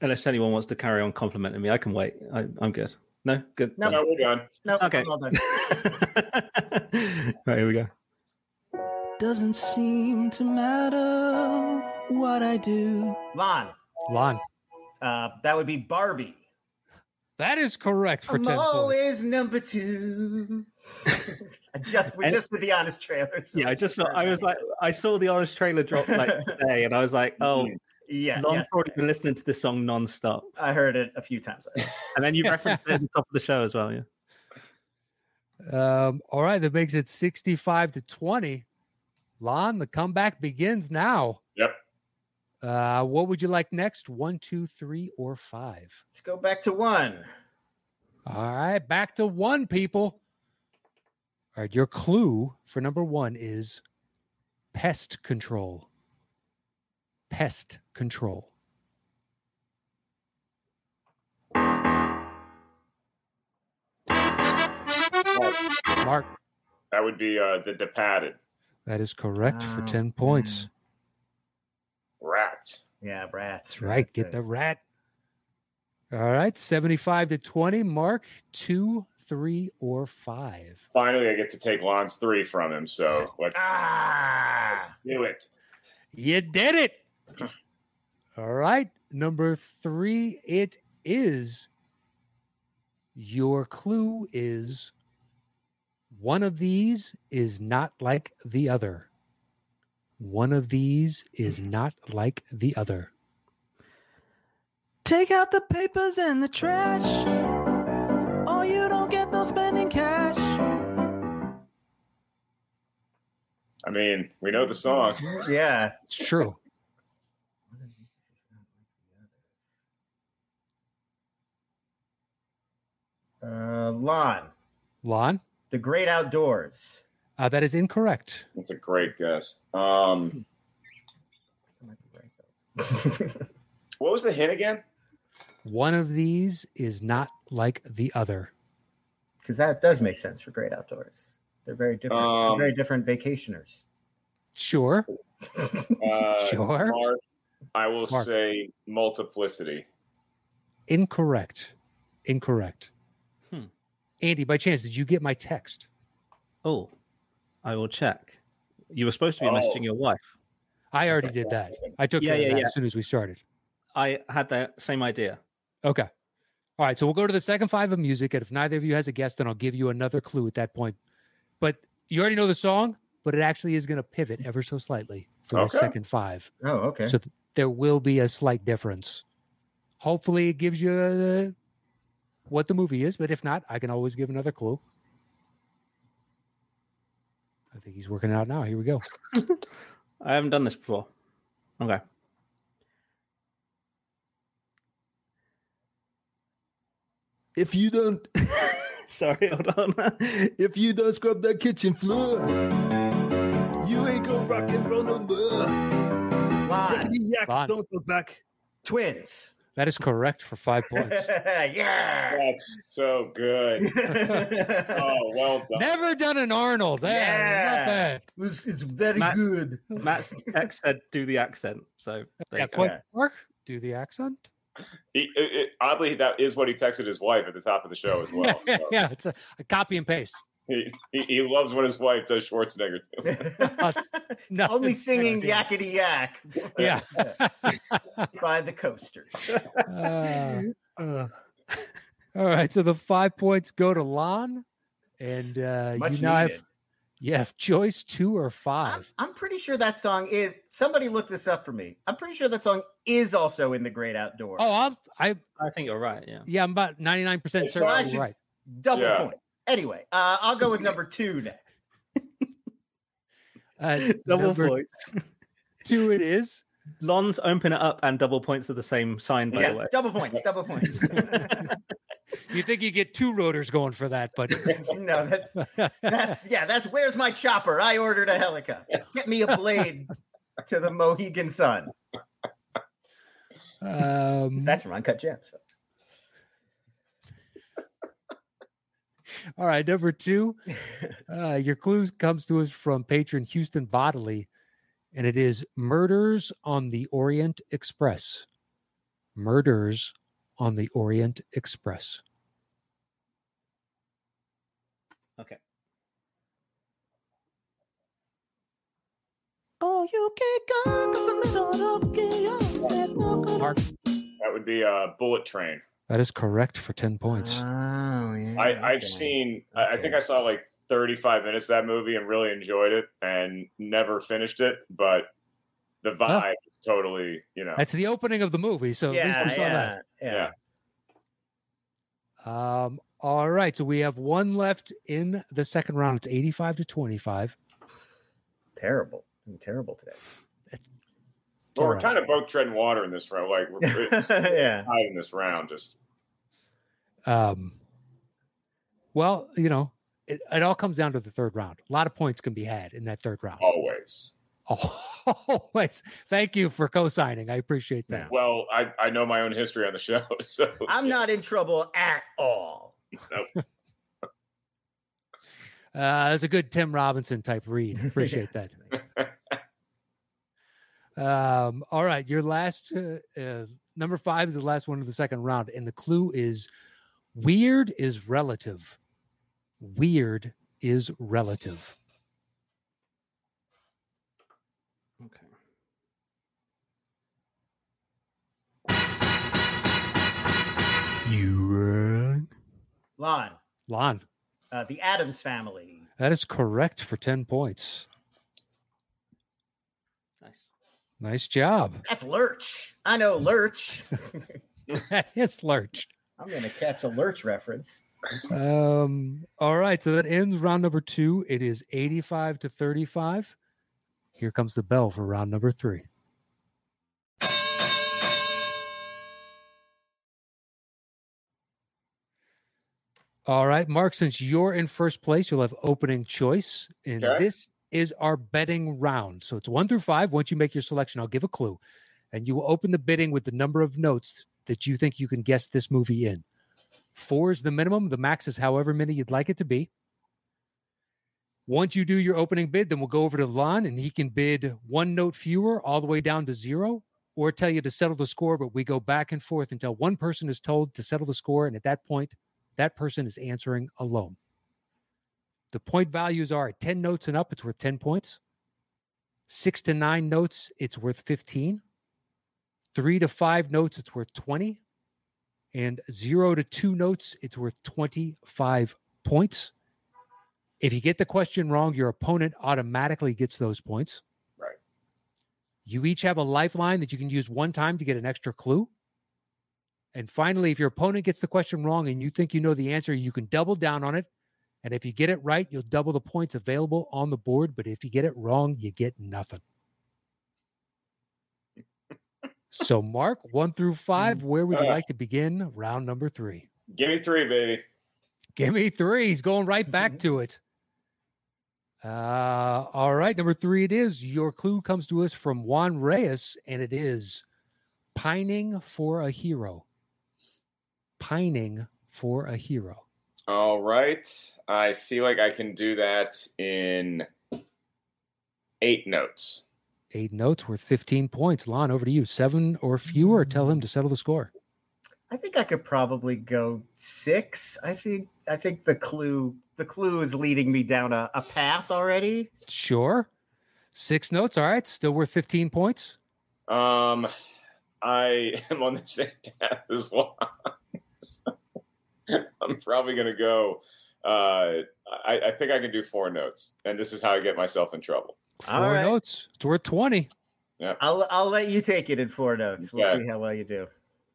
Unless anyone wants to carry on complimenting me, I can wait. I, I'm good. No, good.
No.
No, we're done.
Nope,
Okay.
I'm all done.
right, here we go.
Doesn't seem to matter what I do.
Lon,
Lon,
uh, that would be Barbie.
that is correct for
I'm
10 points.
always number two. I just we
And-
just did the honest trailers.
Yeah, I just saw, I was like, I saw the orange trailer drop like today, and I was like, oh,
yeah,
Lon's
yes,
already been listening to this song non-stop.
I heard it a few times.
And then you referenced it at the top of the show as well. Yeah.
Um, all right, that makes it 65 to 20. Lon, the comeback begins now.
Yep.
Uh, what would you like next? One, two, three, or five?
Let's go back to one.
All right, back to one, people. All right, your clue for number one is pest control. Pest control. Mark,
That would be uh, the Departed.
that is correct for
Oh,
10 points.
man.
Rat.
Yeah, rats.
That's right. Get the rat. All right. 75 to 20. Mark two, three, or five.
Finally, I get to take Lon's three from him. So let's
ah.
do it.
You did it. All right. Number three, it is Your clue is one of these is not like the other. One of these is not like the other.
Take out the papers and the trash. Or you don't get no spending cash.
I mean, we know the song.
Yeah.
It's true.
Uh, lawn.
Lon,
The great outdoors.
uh, that is incorrect.
That's a great guess. Um,
That might be right, though.
what was the hint again?
One of these is not like the other.
Because that does make sense for great outdoors. They're very different. they're
Um,
very different vacationers.
Sure.
Uh,
Sure.
Mark, I will
Mark.
say multiplicity.
Incorrect. Incorrect.
Hmm.
Andy, by chance, did you get my text?
Oh, I will check. You were supposed to be
Oh.
messaging your wife.
I already did that. I took
Yeah,
care of
yeah,
that
yeah.
as soon as we started.
I had that same idea.
Okay. All right. So we'll go to the second five of music. And if neither of you has a guess, then I'll give you another clue at that point. But you already know the song, but it actually is going to pivot ever so slightly for the
Okay.
second five.
Oh, okay.
So th- there will be a slight difference. Hopefully, it gives you uh, what the movie is, but if not, I can always give another clue. I think he's working out now. Here we go.
I haven't done this before. Okay. If you don't, sorry, hold on. if you don't scrub that kitchen floor, you ain't gonna rock and roll no more.
Lawn.
Yak,
Fun.
don't go back.
Twins.
That is correct for five points.
yeah.
That's so good. Oh, well done.
Never done an Arnold. There,
Yeah.
not bad.
it's, it's very
Matt-
good.
Matt's text said, "Do the accent." So
Yeah,
there you go.
quick work. Do the accent.
He, it, it- oddly, that is what he texted his wife at the top of the show as well.
yeah,
So
yeah, it's a, a copy and paste.
he, he, he loves when his wife does Schwarzenegger too.
That's- no,
Only
it's not
singing
a deal.
yakety yak
Yeah.
by the coasters.
Uh, all right. So the five points go to Lon, and uh,
Much
you now have
needed.
you have choice two or
I'm,
five.
I'm pretty sure that song is. Somebody look this up for me. I'm pretty sure that song is also in the Great Outdoors.
Oh, I'm I
I think you're right. Yeah.
yeah, I'm about ninety nine percent
It's
certain.
not-
you're right.
double
Yeah.
point. Anyway, uh, I'll go with number two next.
Uh, number
point.
two, it is.
Lon's open it up and double points are the same sign, by
yeah,
the way.
double points. Double points.
You think you get two rotors going for that, but
no, that's that's yeah. That's where's my chopper? I ordered a helicopter. Get me a blade to the Mohegan Sun.
um,
That's from Uncut Gems.
All right, number two. Uh, your clues comes to us from patron Houston Bodily, and it is Murders on the Orient Express. Murders on the Orient Express.
Oh, you can't go to the middle of the ocean. No good.
Mark,
That would be a bullet train.
that is correct for 10 points.
Oh yeah.
I, I've
okay.
seen. I, I think
Okay.
I saw like 35 minutes of that movie and really enjoyed it and never finished it. But the vibe is totally, you know,
That's the opening of the movie, so at least
Yeah,
we saw
yeah, yeah.
Yeah.
that. Um, all right, so we have one left in the second round. It's 85 to 25.
Terrible. I'm terrible today.
All
Well, we're
right.
kind of both treading water in this round. Like we're it's
yeah.
tied in this round. Just
Um, well, you know, it, it all comes down to the third round. A lot of points can be had in that third round.
always.
Always. Thank you for co-signing. I appreciate that.
Well, I, I know my own history on the show, so
I'm not in trouble at all.
Uh, that's a good Tim Robinson type read. Appreciate that. um, all right, your last uh, uh, number five is the last one of the second round, and the clue is weird is relative. Weird is relative.
Okay.
You wrong.
Lon,
Lon,
uh, the Adams family.
that is correct for 10 points.
Nice.
Nice job.
That's Lurch. I know Lurch.
it's Lurch.
I'm gonna catch a Lurch reference.
Um, all right. So that ends round number two. It is 85 to 35. Here comes the bell for round number three. All right, Mark, since you're in first place, you'll have opening choice. And
Okay.
this is our betting round. So it's one through five. Once you make your selection, I'll give a clue. And you will open the bidding with the number of notes that you think you can guess this movie in. Four is the minimum. The max is however many you'd like it to be. Once you do your opening bid, then we'll go over to Lon and he can bid one note fewer all the way down to zero or tell you to settle the score. But we go back and forth until one person is told to settle the score. And at that point, that person is answering alone. The point values are at 10 notes and up, it's worth 10 points. Six to nine notes, it's worth 15. Three to five notes, it's worth 20. And zero to two notes, it's worth 25 points. If you get the question wrong, your opponent automatically gets those points.
Right.
You each have a lifeline that you can use one time to get an extra clue. And finally, if your opponent gets the question wrong and you think you know the answer, you can double down on it. And if you get it right, you'll double the points available on the board. But if you get it wrong, you get nothing. so, Mark, one through five, where would you
Uh.
like to begin round number three?
Give me three, baby.
Give me three. He's going right
Mm-hmm.
back to it. Uh, all right. Number three, it is. Your clue comes to us from Juan Reyes, and it is pining for a hero. Pining for a hero.
All right. I feel like I can do that in eight notes.
Eight notes worth 15 points. Lon, over to you. Seven or fewer. Tell him to settle the score.
I think I could probably go six. I think I think the clue the clue is leading me down a, a path already.
Sure. Six notes. All right. Still worth 15 points.
Um, I am on the same path as well. I'm probably going to go. Uh, I, I think I can do four notes, and this is how I get myself in trouble.
Four
All right.
notes. It's worth 20.
I'll I'll let you take it in four notes. We'll
Okay.
see how well you do.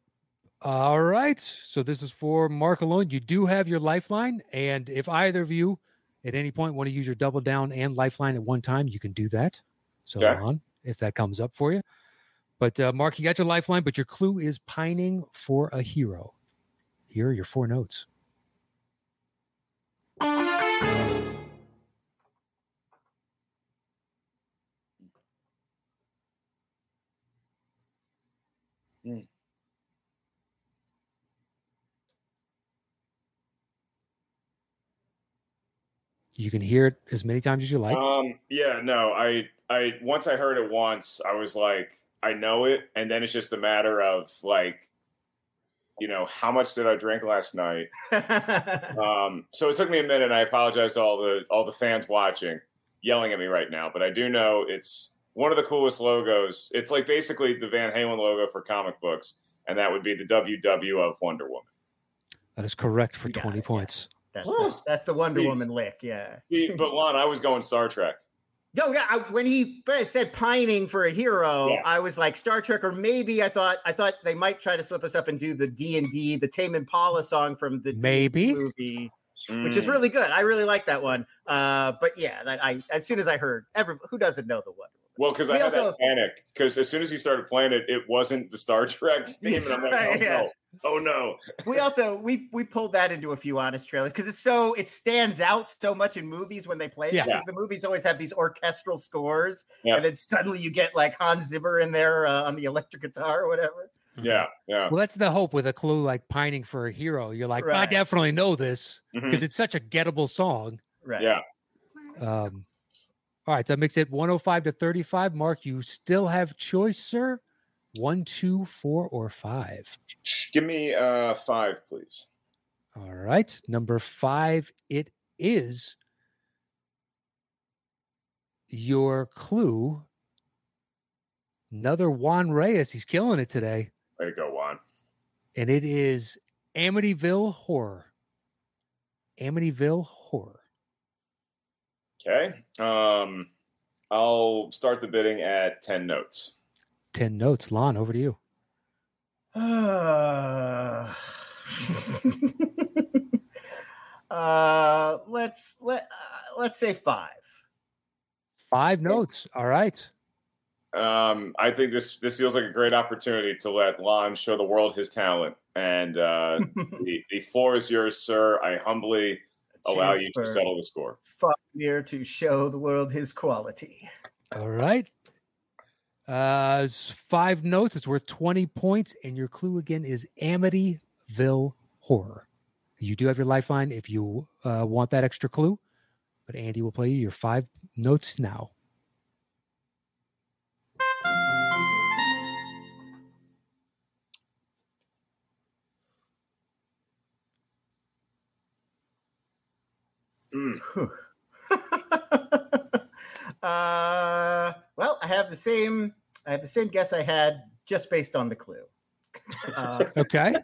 All right. So this is for Mark alone. You do have your lifeline. And if either of you at any point want to use your double down and lifeline at one time, you can do that. So
Okay.
on if that comes up for you. But uh, Mark, you got your lifeline, but your clue is pining for a hero. Here are your four notes.
Hmm.
You can hear it as many times as you
Uh,
like.
Um, yeah, no, I, I once I heard it once, I was like, I know it, and then it's just a matter of like, you know, how much did I drink last night? Um, so it took me a minute. and I apologize to all the all the fans watching, yelling at me right now. But I do know it's one of the coolest logos. It's like basically the Van Halen logo for comic books, and that would be the WW of Wonder Woman.
that is correct for
You got
20
it, yeah.
points.
that's,
Woo.
the, that's the Wonder
Jeez.
Woman lick, yeah.
See, but Lon, I was going Star Trek.
No, yeah. I, when he first said pining for a hero,
Yeah.
I was like Star Trek, or maybe I thought I thought they might try to slip us up and do the D and D, the Tame Impala song from the D&D
Maybe.
movie, which is
Mm.
really good. I really like that one. Uh, but yeah, that I as soon as I heard, every who doesn't know the Wonder
well because I
We
had
also-
that panic because as soon as he started playing it, it wasn't the Star Trek theme, and I'm like, oh
Right, yeah.
no, oh no.
we also we we pulled that into a few honest trailers because it's so it stands out so much in movies when they play it
Yeah.
because the movies always have these orchestral scores
Yeah.
and then suddenly you get like Hans Zimmer in there uh, on the electric guitar or whatever.
Yeah, yeah.
Well, that's the hope with a clue like pining for a hero. You're like, I
Right.
definitely know this
Mhm.
because it's such a gettable song.
Right.
Yeah.
Um, all right, so that makes it 105 to 35. Mark, you still have choice, sir. One, two, four, or five.
Give me uh five, please.
All right, number five, it is your clue. Another Juan Reyes, he's killing it today,
Way to go, Juan.
and it is Amityville Horror. Amityville Horror.
Okay. Um, I'll start the bidding at 10 notes.
10 notes. Lon, over to you.
Uh, uh, let's let uh, let's say five.
Five notes. All right.
Um, I think this this feels like a great opportunity to let Lon show the world his talent. And uh, the, the floor is yours, sir. I humbly allow you to
Chance for
settle the score.
Faulkner to show the world his quality.
All right. Uh, it's five notes. It's worth 20 points. And your clue again is Amityville Horror. You do have your lifeline if you uh, want that extra clue, but Andy will play you your five notes now.
Mm.
Whew. uh, well, I have the same. I have the same guess I had just based on the clue. Uh,
Okay.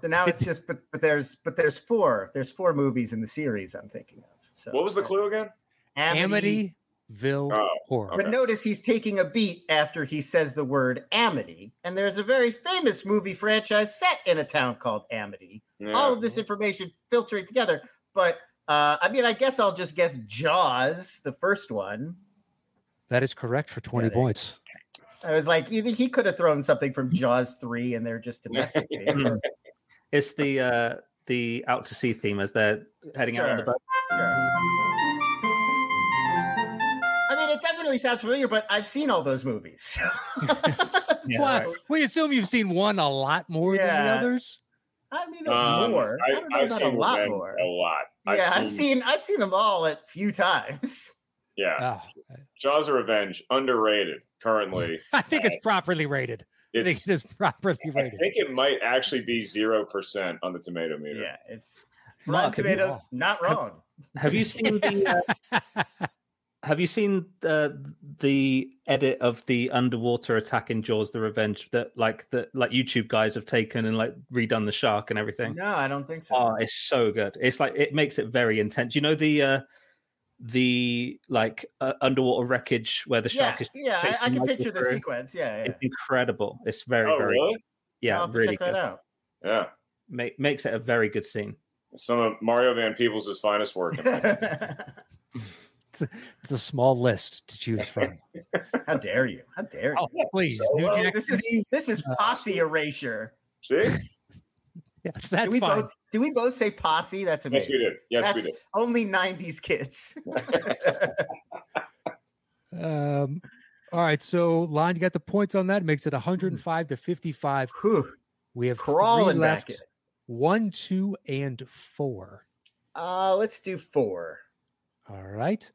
so now it's just, but, but there's, but there's four. There's four movies in the series I'm thinking of. So
What was the clue again?
Amityville
Oh,
Horror.
okay.
But notice he's taking a beat after he says the word Amity, and there's a very famous movie franchise set in a town called Amity. All of this information filtering together, but uh, I mean, I guess I'll just guess Jaws, the first one.
That is correct for 20
Yeah, there you
points.
I was like, either he could have thrown something from Jaws three in there just to mess with me.
Hmm.
but
It's the uh, the out to sea theme as they're heading out on the
Sure.
boat.
sure. I mean, it definitely sounds familiar, but I've seen all those movies.
Yeah,
Well,
right.
We assume you've seen one a lot more than the
Yeah.
others.
I mean,
Um,
more. I,
I,
don't know
have
about
seen
a lot
Revenge
more.
A lot.
yeah, I've seen I've seen them all a few times.
Yeah,
Uh,
Ah,
Jaws of Revenge underrated currently.
Oh, I think it's properly rated. I think
It's
it is properly
I
rated.
think it might actually be zero percent on the tomato meter.
Yeah, it's, it's
Mark,
Rotten
have you-
Tomatoes, not wrong.
Have you seen the uh, Have you seen uh, the edit of the underwater attack in Jaws: The Revenge that like the like YouTube guys have taken and like redone the shark and everything?
No, I don't think so.
Oh, it's so good. It's like it makes it very intense. You know the uh, the like uh, underwater wreckage where the
yeah,
shark is.
yeah, I, I
chasing
can
Michael
picture the
through.
sequence. Yeah, yeah.
It's incredible. It's very
Oh,
very
really?
yeah
I'll have to
really
check that
good.
out.
Yeah.
Ma- makes it a very good scene.
Some of Mario Van Peebles' finest work.
It's a small list to choose from.
How dare you? How dare you?
Oh, please,
So,
New
uh,
Jack
this is
City.
this is posse erasure.
See?
Yes,
Did
that's
we
fine.
both did we both say posse? That's
Yes, we
amazing.
did. Yes, we
That's
did.
only '90s kids.
Um, all right, so Lon, you got the points on that.
Hmm.
Makes it 105 to 55.
Whew,
We have
crawling
three
back.
left.
in.
One, two, and four.
Uh, let's do four.
All right.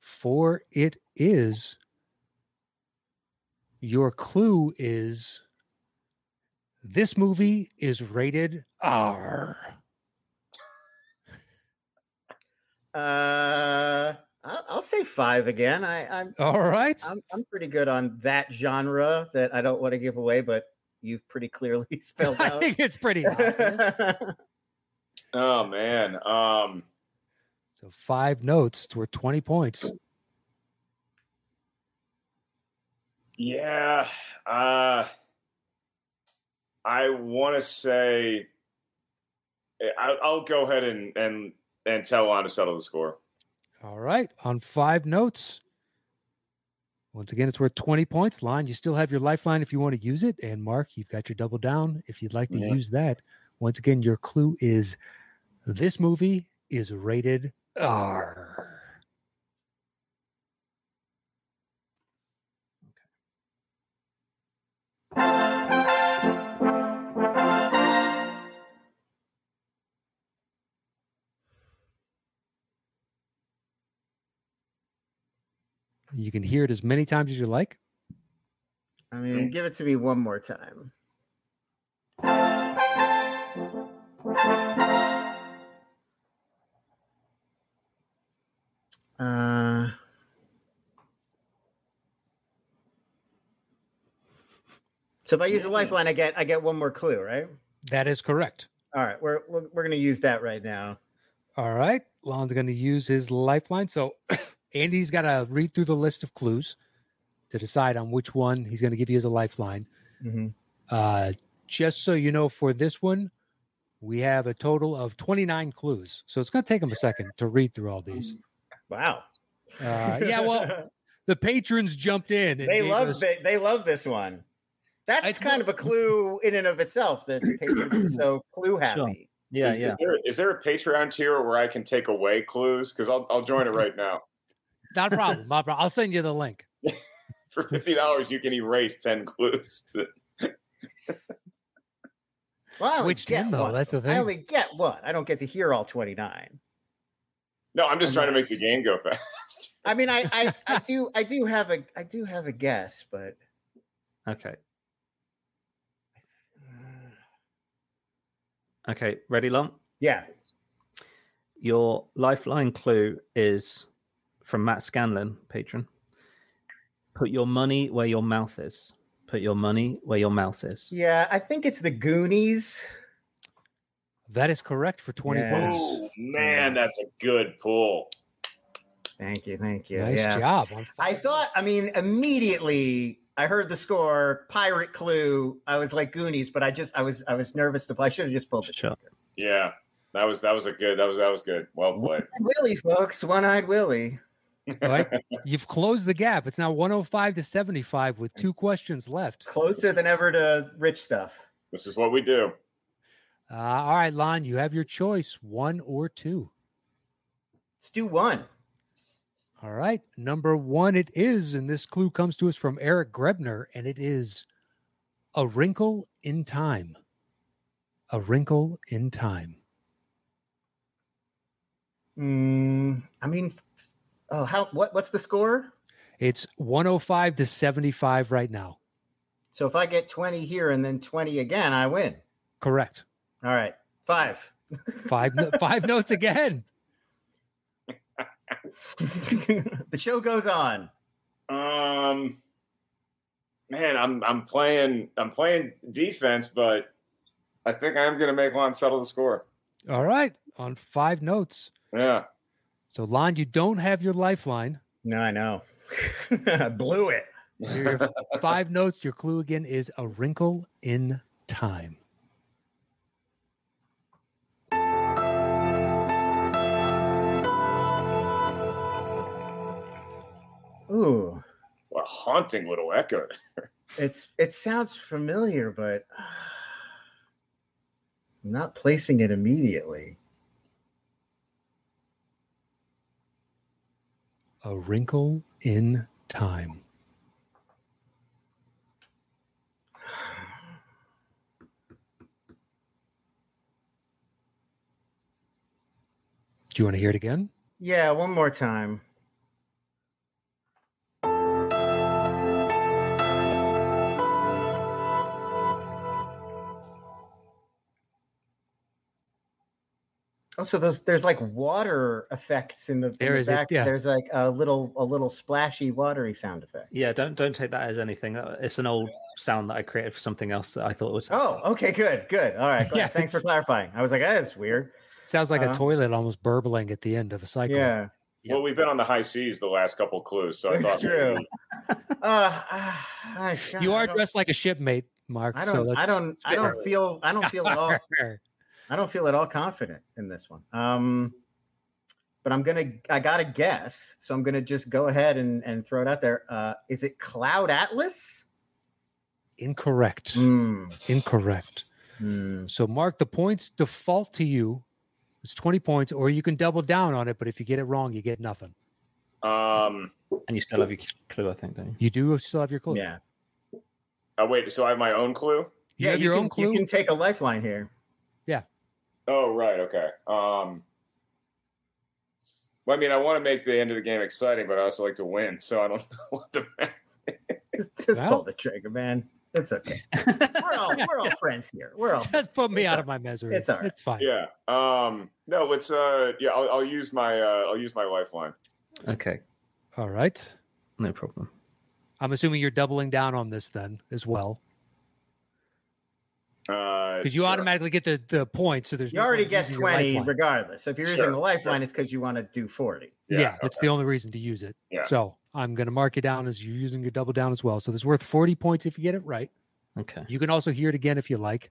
For it is. Your clue is this movie is rated R.
Uh, I'll, I'll say five again. I, I'm
All right.
I'm, I'm pretty good on that genre that I don't want to give away, but you've pretty clearly spelled
I
out.
think it's pretty obvious.
Oh man. Um
So five notes were 20 points.
yeah. Uh I wanna say eh, I, I'll go ahead and and and tell on to settle the score.
All right. On five notes. Once again, it's worth 20 points. Lon, you still have your lifeline if you want to use it. And Mark, you've got your double down if you'd like to
Yeah.
use that. Once again, your clue is this movie is rated R. You can hear it as many times as you like.
I mean, give it to me one more time. Uh, so if I use a lifeline, I get I get one more clue, right?
That is correct.
All right, we're we're, we're going to use that right now.
All right. Lon's going to use his lifeline. So Andy's got to read through the list of clues to decide on which one he's going to give you as a lifeline.
Mm-hmm.
Uh, just so you know, for this one, we have a total of 29 clues. So it's going to take him a second to read through all these.
Wow.
Uh, yeah, well, the patrons jumped in. and
they
gave
love
us-
they, they love this one. That's
It's
kind
more-
of a clue in and of itself that the patrons are so clue happy.
Yeah,
is,
yeah.
is there is there a Patreon tier where I can take away clues? Because I'll I'll join it right now.
Not a problem. Not a problem. I'll send you the link.
For fifty dollars, you can erase ten clues.
Well, I only
Which
get
10, though?
one.
That's the
I
thing.
only get one. I don't get to hear all 29.
No, I'm just trying to make the game go fast.
I mean, I, I, I do I do have a I do have a guess, but
Okay. Okay. Ready, Lon?
yeah.
Your lifeline clue is from Matt Scanlon, patron. Put your money where your mouth is. Put your money where your mouth is.
Yeah, I think it's the Goonies.
That is correct for 20
Yeah.
points.
Oh man, that's a good pull.
Thank you, thank you.
nice
yeah.
job. on
I
five.
thought, I mean, immediately I heard the score, Pirate Clue. I was like Goonies, but I just I was I was nervous to play. I should have just pulled the
Sure.
trigger.
Yeah, that was that was a good that was that was good. Well played.
Willie, folks, one-eyed Willie.
All right. You've closed the gap. It's now 105 to 75 with two questions left.
Closer than ever to rich stuff.
This is what we do.
Uh, all right, Lon, you have your choice one or two.
Let's do one.
All right. Number one, it is. And this clue comes to us from Eric Grebner, and it is A Wrinkle in Time. A Wrinkle in Time.
Mm, I mean, oh, how what what's the score?
It's 105 to 75 right now.
So if I get 20 here and then 20 again, I win.
Correct.
All right. Five.
Five, no- five notes again.
the show goes on.
Um, man, I'm I'm playing I'm playing defense, but I think I'm gonna make Lon settle the score.
All right. On five notes.
Yeah,
So, Lon, you don't have your lifeline.
No, I know. I blew it.
Your five notes. Your clue again is A Wrinkle in Time.
Ooh.
what a haunting little echo.
It's it sounds familiar, but I'm not placing it immediately.
A Wrinkle in Time. Do you want to hear it again?
Yeah, one more time. Oh, so those there's like water effects in the, in
There
the
is it,
back.
yeah.
There's like a little a little splashy watery sound effect.
Yeah, don't don't take that as anything. That- It's an old sound that I created for something else that I thought was.
Oh, okay, good, good. All right, glad-
Yeah,
thanks for
it's-
clarifying. I was like, that's weird.
sounds like a
Uh-huh.
toilet almost burbling at the end of a cycle.
Yeah,
Yeah.
Well, we've been on the high seas the last couple of clues, so I
it's
thought
true.
maybe-
uh, ah, I- God,
You
I
are
don't-
dressed like a shipmate, Mark.
I
so
don't.
that's
I don't. I don't feel. I don't feel at all. I don't feel at all confident in this one. Um, but I'm gonna. I got to guess. So I'm gonna just go ahead and and throw it out there. Uh, is it Cloud Atlas?
Incorrect.
Hmm.
Incorrect.
Hmm.
So, Mark, the points default to you. It's 20 points, or you can double down on it. But if you get it wrong, you get nothing.
Um,
And you still have your clue, I think, don't you?
You do still have your clue.
Yeah.
oh wait, so I have my own clue.
You
yeah.
have
you
your
can,
own clue.
You can take a lifeline here.
Oh right, okay. Um, well, I mean, I want to make the end of the game exciting, but I also like to win, so I don't know what the.
Just, just
Well-
pull the trigger, man. It's okay. We're all we're all friends here. We're all.
Just put me
Oh. It's
out
all-
of my misery.
it's all right.
It's fine.
Yeah. Um. No, it's uh. Yeah, I'll, I'll use my uh. I'll use my lifeline.
Okay,
All right.
no problem.
I'm assuming you're doubling down on this then as well.
Because
because you automatically get the, the points. So there's
You
no
already
point
get
using your
20
lifeline.
regardless. So if you're
Sure,
using a lifeline, it's because you want to do 40.
Yeah, that's the only reason to use it.
Yeah.
So I'm going to mark it down as you're using your double down as well. So there's worth 40 points if you get it right.
Okay.
You can also hear it again if you like.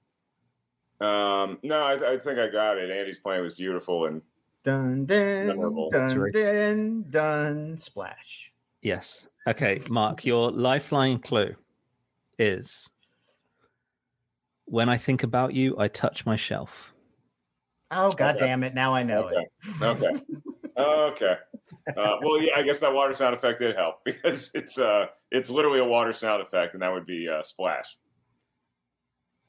Um, no, I, I think I got it. Andy's playing was beautiful, and
Dun, dun,
Memorable.
dun,
Sorry.
dun, dun, splash.
Yes. Okay, Mark, your lifeline clue is when I think about you, I touch my shelf.
Oh, God
Okay.
damn it. Now I know
Okay.
it.
okay, okay. Uh, well, yeah, I guess that water sound effect did help because it's uh, it's literally a water sound effect, and that would be uh, splash.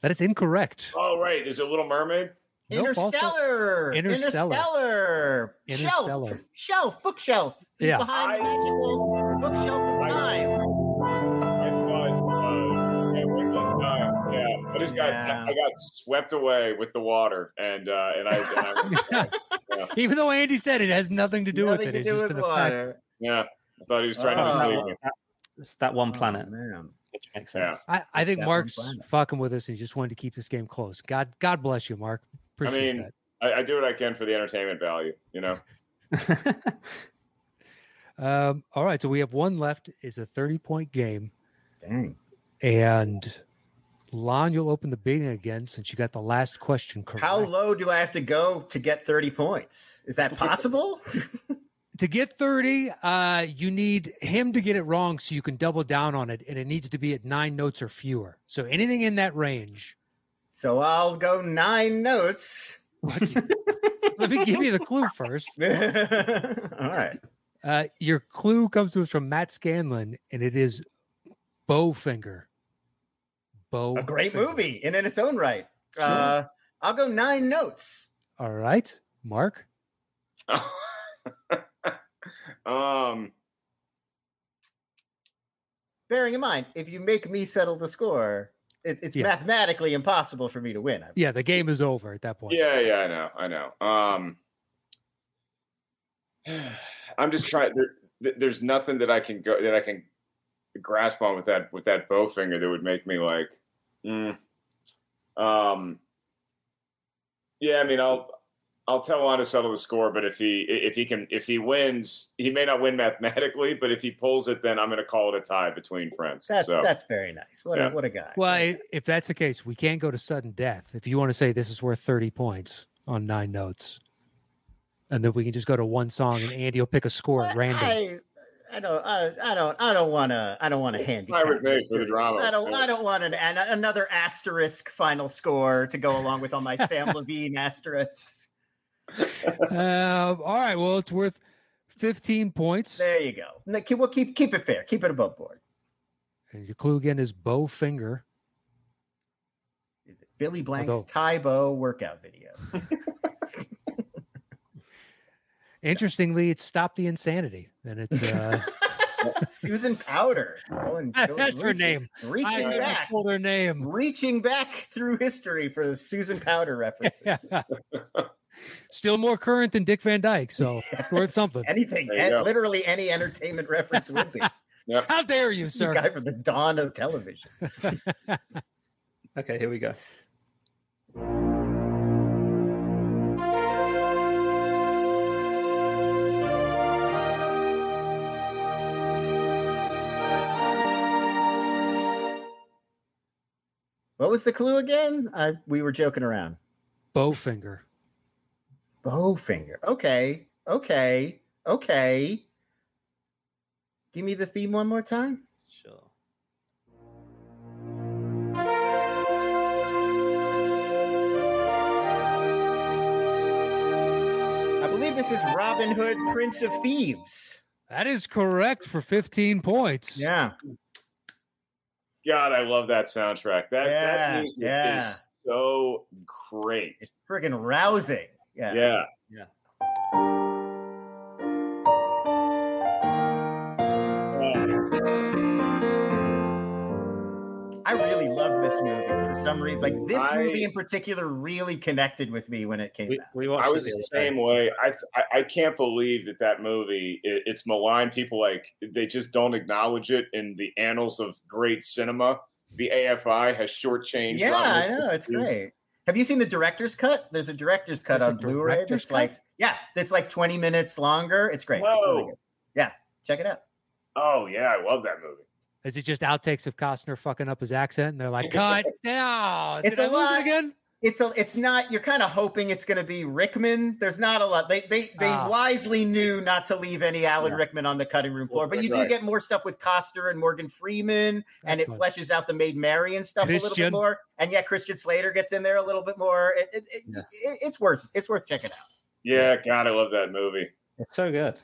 That is incorrect.
Oh, right. Is it Little Mermaid?
Nope, also-
Interstellar.
Interstellar.
Interstellar. Shelf.
Interstellar.
Shelf. Bookshelf. He's
Yeah.
Behind
I-
the magical bookshelf of
I-
time.
I thought, uh, yeah, we got time. yeah, I just got
Yeah.
I got swept away with the water, and uh, and I, and I
Even though Andy said it has nothing to do
Nothing
with
to
it, it's
do
just
with
an effect.
water.
yeah, I thought he was trying
Oh.
to mislead me.
It's that one planet,
Oh, man.
which makes sense.
I, I think
That one
Mark's
planet.
fucking with us and he just wanted to keep this game close. God God bless you, Mark. Appreciate
mean,
that.
I, I do what I can for the entertainment value, you know.
Um, all right, so we have one left. It's a 30 point game.
Dang.
And Lon, you'll open the bidding again since you got the last question correct.
How low do I have to go to get 30 points? Is that possible?
to get 30 uh you need him to get it wrong so you can double down on it and it needs to be at nine notes or fewer so anything in that range
so I'll go nine notes.
what let me give you the clue first
All right.
uh your clue comes to us from matt scanlon and it is bowfinger bow
A great movie and in its own right. Uh, I'll go nine notes.
all right mark
um,
Bearing in mind, if you make me settle the score, it, it's
Yeah.
mathematically impossible for me to win. I-
yeah the game is over at that point
yeah, yeah, I know, I know. Um, I'm just trying. There, th- there's nothing that I can go that I can grasp on with that with that bow finger that would make me like, mm. um, yeah. I mean, I'll I'll tell on to settle the score, but if he if he can if he wins, he may not win mathematically, but if he pulls it, then I'm going to call it a tie between friends.
That's
so
that's very nice. What
Yeah.
a what a guy.
well i- if that's the case we can't go to sudden death if you want to say this is worth 30 points on nine notes and then we can just go to one song and andy will pick a score at
I-
random
I, I don't I, I don't I don't want to I don't want to handicap.
Pirate Bay for the drama.
I don't I don't want an, an another asterisk final score to go along with all my Sam Levine asterisks.
Um, all right. Well, it's worth 15 points.
There you go. No, keep- We'll keep keep it fair. Keep it above board.
And your clue again is bow finger.
Is it Billy Blank's
Although-
Ty Bo workout videos?
Interestingly, it's stop the insanity. And it's uh,
Susan Powder. Oh, and
That's
Joe-
her
reaching-
name. I
Reaching
couldn't
back,
pull their name.
reaching back through history for the Susan Powder references.
Still more current than Dick Van Dyke. So worth something.
Anything,
There you
an-
go.
literally any entertainment reference would be.
How dare you,
This
sir?
guy from the dawn of television.
okay, here we go.
What was the clue again? I we were joking around.
Bow finger.
Bowfinger. Okay, okay, okay. Give me the theme one more time.
Sure.
I believe this is Robin Hood, Prince of Thieves.
That is correct for 15 points.
Yeah.
God, I love that soundtrack. That,
Yeah,
that music
yeah.
is so great.
It's friggin' rousing. Yeah.
Yeah.
Yeah.
Uh,
I really love this movie for some reason. Like this
I-
movie in particular really connected with me when it came
We,
out.
we watched
Oh, I
it
was
the
the
other
same
day.
way. I, I I can't believe that that movie it, it's maligned. People like they just don't acknowledge it in the annals of great cinema. the AFI has shortchanged.
Yeah,
Robin
I
Hood
know. It's
Two.
great. Have you seen the director's cut? There's a director's cut
There's a
on Blu-ray.
director's
That's
cut?
like yeah, that's like 20 minutes longer. It's great. It's really
Whoa.
good. Yeah, check it out.
Oh yeah, I love that movie.
Is it just outtakes of Costner fucking up his accent and they're like, cut now?
It's
Did I
a
lose it
lot.
again?
It's a, it's not. You're kind of hoping it's going to be Rickman. There's not a lot. They they they
Ah.
wisely knew not to leave any Alan Rickman on the cutting room floor. but you do
right.
get more stuff with Coster and Morgan Freeman, and
That's
it
fun.
fleshes out the Maid Marian stuff a little
Christian.
bit more. And yeah, Christian Slater gets in there a little bit more. It, it, it,
Yeah.
it- it's worth it's worth checking out.
Yeah, God, I love that movie.
It's so good.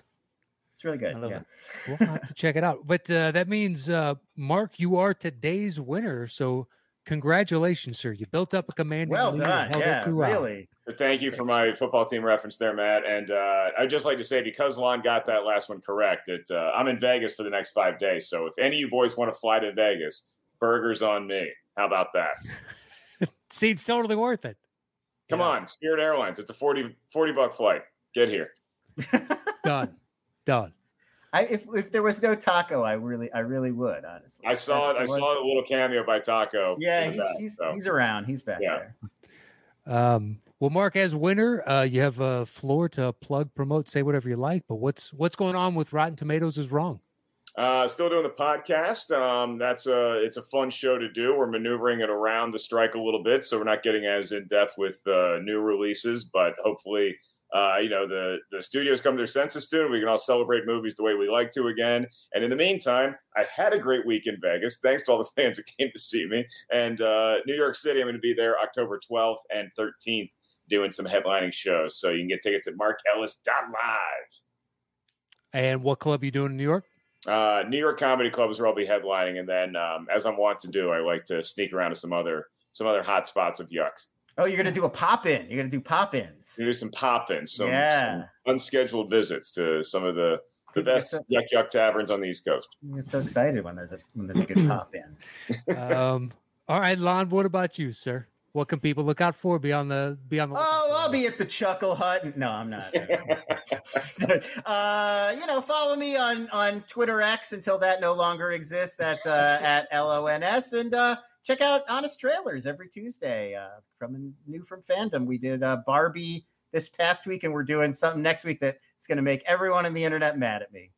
It's really good.
I love
yeah.
it.
We'll have to check it out. But uh, that means, uh, Mark, you are today's winner. So congratulations, sir. You built up a commanding
Well
lead and
done.
held it
Yeah,
throughout.
really.
But Thank you for my football team reference there, Matt. And uh, I'd just like to say, because Lon got that last one correct, that uh, I'm in Vegas for the next five days. So if any of you boys want to fly to Vegas, burgers on me. How about that?
Seems totally worth it.
Come
Yeah.
on, Spirit Airlines. It's a 40, 40 buck flight. Get here.
Done. Done.
I, if if there was no taco, I really I really would honestly.
I saw
That's
it. I
the one-
saw the little cameo by Taco.
Yeah,
in the
he's
back,
he's,
so.
he's around. He's back
Yeah.
there.
Um, well, Mark, as winner, uh, you have a floor to plug, promote, say whatever you like. But what's what's going on with Rotten Tomatoes is wrong.
Uh, still doing the podcast. Um, that's a it's a fun show to do. We're maneuvering it around the strike a little bit, so we're not getting as in depth with uh, new releases. But hopefully, uh, you know the the studios come to their senses soon. We can all celebrate movies the way we like to again. And in the meantime, I had a great week in Vegas. Thanks to all the fans that came to see me. And uh, New York City, I'm going to be there October 12th and 13th doing some headlining shows. So you can get tickets at markellis.live.
And what club you doing in New York?
Uh, New York Comedy Club is where I'll be headlining, and then um, as I'm wont to do, I like to sneak around to some other some other hot spots of yuck.
Oh, you're gonna do a pop in. You're gonna do pop ins.
Do some pop-ins, some,
Yeah.
some unscheduled visits to some of the the best
Yes, sir.
yuck yuck taverns on the East Coast.
You get so excited when there's a when there's a good pop in.
um, all right, Lon. What about you, sir? What can people look out for? Be on the be on the. lookout
Oh,
for
I'll
that.
be at the Chuckle Hut. and- No, I'm not. uh, you know, follow me on on Twitter X until that no longer exists. That's uh, at L O N S and uh, check out Honest Trailers every Tuesday uh, from new from fandom. We did uh, Barbie this past week, and we're doing something next week that's going to make everyone on the internet mad at me.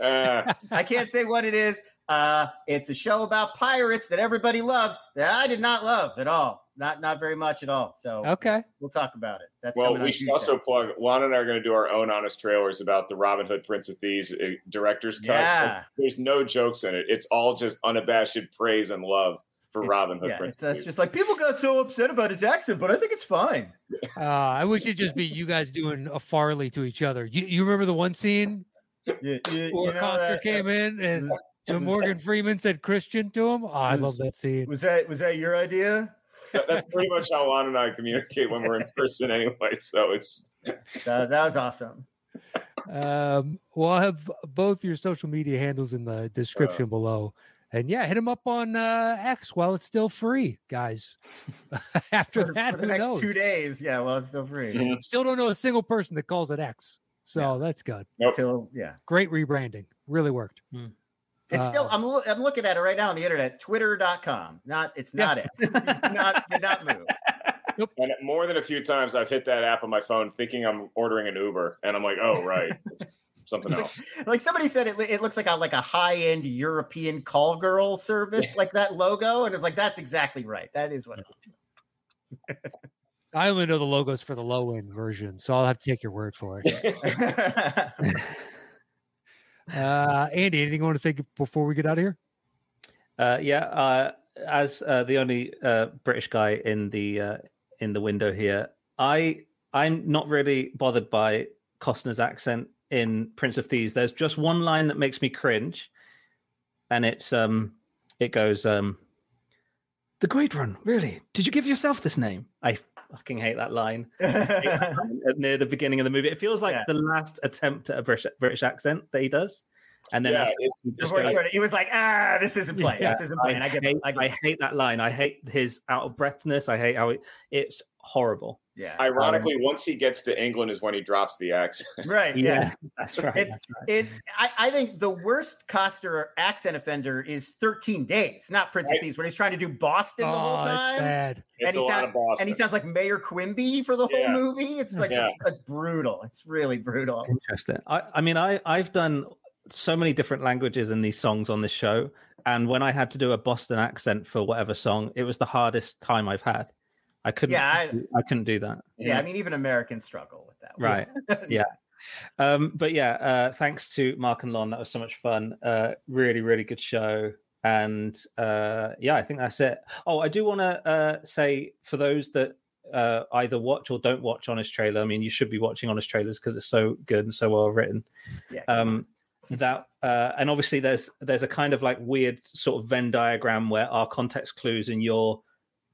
Uh,
I can't say what it is. Uh, it's a show about pirates that everybody loves that I did not love at all. Not not very much at all. So
Okay.
we'll talk about it. That's
well,
coming on
we should
Tuesday.
also plug. Juan and I are going to do our own honest trailers about the Robin Hood Prince of Thieves uh, director's cut.
Yeah.
There's no jokes in it. It's all just unabashed praise and love for
It's-
Robin Hood
yeah,
Prince.
it's,
of
it's
Thieves.
just like people got so upset about his accent, but I think it's fine.
Uh, I wish it'd just be you guys doing a farley to each other. You, you remember the one scene
You, you- you
where
know
Coster
that-
came in and the Morgan Freeman said Christian to him? Oh, I love that scene.
uh, Was that was that your idea?
That- that's pretty much how Juan and I communicate when we're in person, anyway. So it's
Uh, that was awesome.
Um, well, I'll have both your social media handles in the
Uh.
description below. And yeah, hit him up on uh, X while it's still free, guys. After
For, for
that,
the
who
next
knows?
two days, yeah. Well, it's still free
Mhm.
Still don't know a single person that calls it X. So that's good.
till yeah.
Great rebranding. Really worked.
It's still
Uh,
I'm loo- I'm looking at it right now on the internet. Twitter.com. Not it's
Yeah.
not it. not did not move.
And more than a few times, I've hit that app on my phone thinking I'm ordering an Uber, and I'm like, oh right, It's something else.
like somebody said it, it looks like a like a high-end european call girl service like that logo and it's like that's exactly right that is what it is
I only know the logos for the low end version, so I'll have to take your word for it. Uh, Andy, anything you want to say before we get out of here?
Uh, yeah, uh, as uh, the only uh, British guy in the uh, in the window here, I I'm not really bothered by Costner's accent in Prince of Thieves. There's just one line that makes me cringe, and it's um it goes um the great run. Really, did you give yourself this name? I fucking hate that line at- near the beginning of the movie. It feels like
Yeah.
the last attempt at a British British accent that he does. And then
Yeah,
after
it-
that, just
Before he
go,
started, he was like, ah, this isn't playing.
Yeah,
this isn't playing. I, get,
hate,
I get,
hate that line. I hate his out of breathness. I hate how it, it's horrible.
yeah,
Ironically, once he gets to England is when he drops the accent.
right, yeah.
Yeah, that's right.
It's-
that's right.
It, I, I think the worst Coster accent offender is 13 days, not Prince
Right.
of Thieves, when he's trying to do Boston the whole
Oh, it's
time.
bad.
It's a
he
lot
sound-
of Boston.
And he sounds like Mayor Quimby for the whole
Yeah.
movie. It's like
Yeah.
it's, it's brutal. It's really brutal.
Interesting. I, I mean, I I've done so many different languages in these songs on this show, and when I had to do a Boston accent for whatever song, it was the hardest time I've had. I couldn't.
Yeah, I-
I couldn't do that.
Yeah, I mean, even Americans struggle with that. one.
Right. yeah. Um, but yeah, uh, thanks to Mark and Lon. That was so much fun. Uh, really, really good show. And uh, yeah, I think that's it. Oh, I do want to uh, say for those that uh, either watch or don't watch Honest Trailer, I mean, you should be watching Honest Trailers because it's so good and so well written
Yeah.
um that uh and obviously there's there's a kind of like weird sort of venn diagram where our context clues and your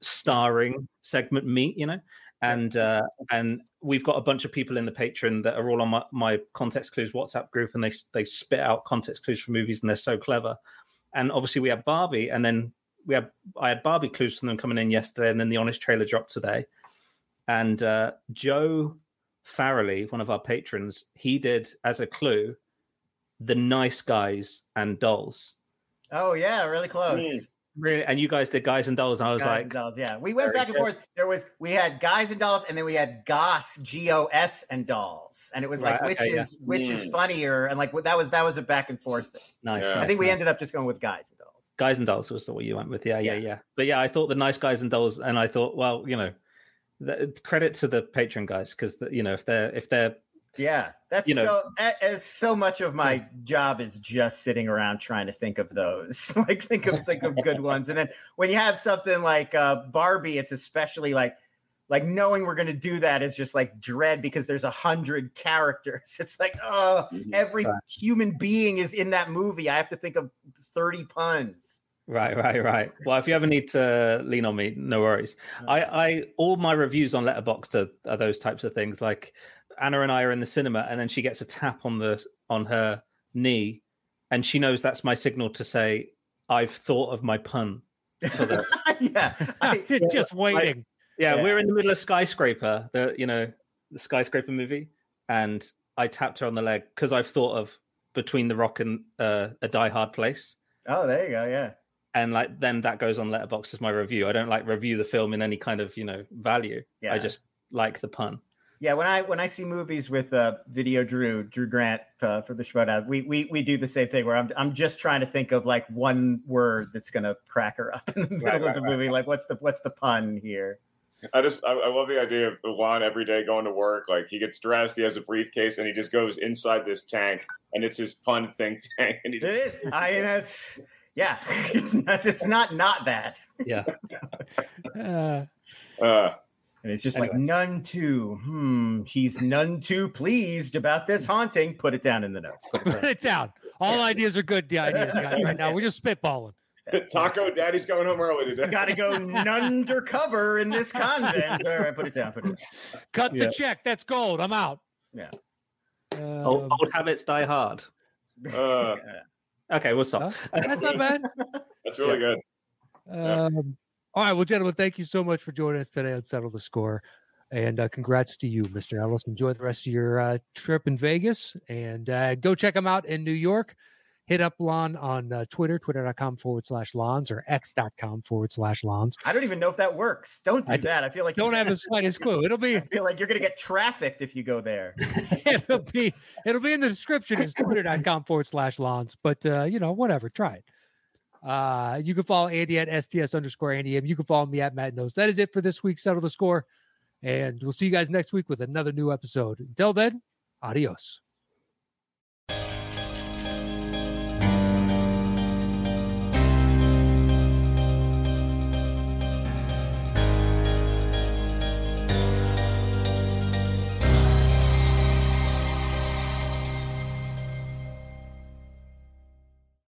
starring segment meet you know and uh and we've got a bunch of people in the patron that are all on my, my context clues whatsapp group and they they spit out context clues for movies and they're so clever and obviously we had barbie and then we had i had barbie clues from them coming in yesterday and then the honest trailer dropped today and uh joe farrelly one of our patrons he did as a clue the nice guys and dolls
oh, yeah. Really close.
Mm.
really and you guys did guys and dolls and i was
Guys
like
and dolls, yeah. We went
Very
back and
good.
forth. There was we had guys and dolls, and then we had Goss, G O S, and dolls, and it was like
Right,
which
okay, yeah. Hmm.
is which is
Mm.
funnier, and like that was that was a back and forth. Thing.
nice,
Yeah.
I
nice,
think we
nice.
ended up just going with guys and dolls.
guys and dolls was the what you went with yeah, yeah
Yeah.
yeah but yeah i thought the nice guys and dolls and i thought well you know th- credit to the patron guys because you know if they're if they're
Yeah, that's
You know-
so. that is so much of my job is just sitting around trying to think of those, like think of think of good ones, and then when you have something like uh, Barbie, it's especially like like knowing we're going to do that is just like dread because there's a hundred characters. It's like oh,
Mm-hmm.
every
Right.
human being is in that movie. I have to think of thirty puns.
Right, right, right. Well, if you ever need to lean on me, no worries. I, I, all my reviews on Letterboxd are, are those types of things. Like Anna and I are in the cinema, and then she gets a tap on the on her knee, and she knows that's my signal to say I've thought of my pun. For the,
yeah, I,
Just waiting.
yeah,
Yeah.
we're in the middle of skyscraper, the you know the skyscraper movie, and I tapped her on the leg because I've thought of between the rock and uh, a Die Hard place.
oh, there you go. Yeah,
and like then that goes on letterbox as my review i don't like review the film in any kind of you know value
yeah.
i just like the pun
Yeah, when I when I see movies with uh, video Drew Drew Grant uh, for the Schmodown, we we we do the same thing where I'm I'm just trying to think of like one word that's gonna crack her up in the middle of
right,
the movie. Like, what's the what's the pun here?
I just I, I love the idea of Juan every day going to work. Like he gets dressed, he has a briefcase, and he just goes inside this tank, and it's his pun think tank. And he
It
just,
is. I mean, that's yeah. It's not. It's not not that.
yeah
Uh,
uh,
And it's just like none too. Hmm. He's none too pleased about this haunting. Put it down in the notes. Put it down.
put it down. All ideas are good. The ideas guys, right now. We're just spitballing.
Taco Daddy's going home early today.
Got to go undercover in this convent. All right, put it down. Put it down.
Cut
Yeah.
the check. That's gold. I'm out.
Yeah. Oh,
old,
Um,
old habits die hard
Uh,
okay we'll stop
that's not bad.
that's really good. Yeah.
Um, all right, well, gentlemen, thank you so much for joining us today on Settle the Score, and uh, congrats to you, Mr. Ellis. Enjoy the rest of your uh, trip in Vegas, and uh, go check him out in New York. Hit up Lon on uh, Twitter, twitter.com forward slash Lons or x.com forward slash Lons.
I don't even know if that works. Don't do
I d-
that. I feel like you-
Don't have the slightest clue. It'll be
I feel like you're gonna get trafficked if you go there.
it'll be it'll be in the description is twitter.com forward slash lawns but uh you know whatever try it uh you can follow andy at sts underscore andy M. you can follow me at matt knows that is it for this week settle the score and we'll see you guys next week with another new episode until then adios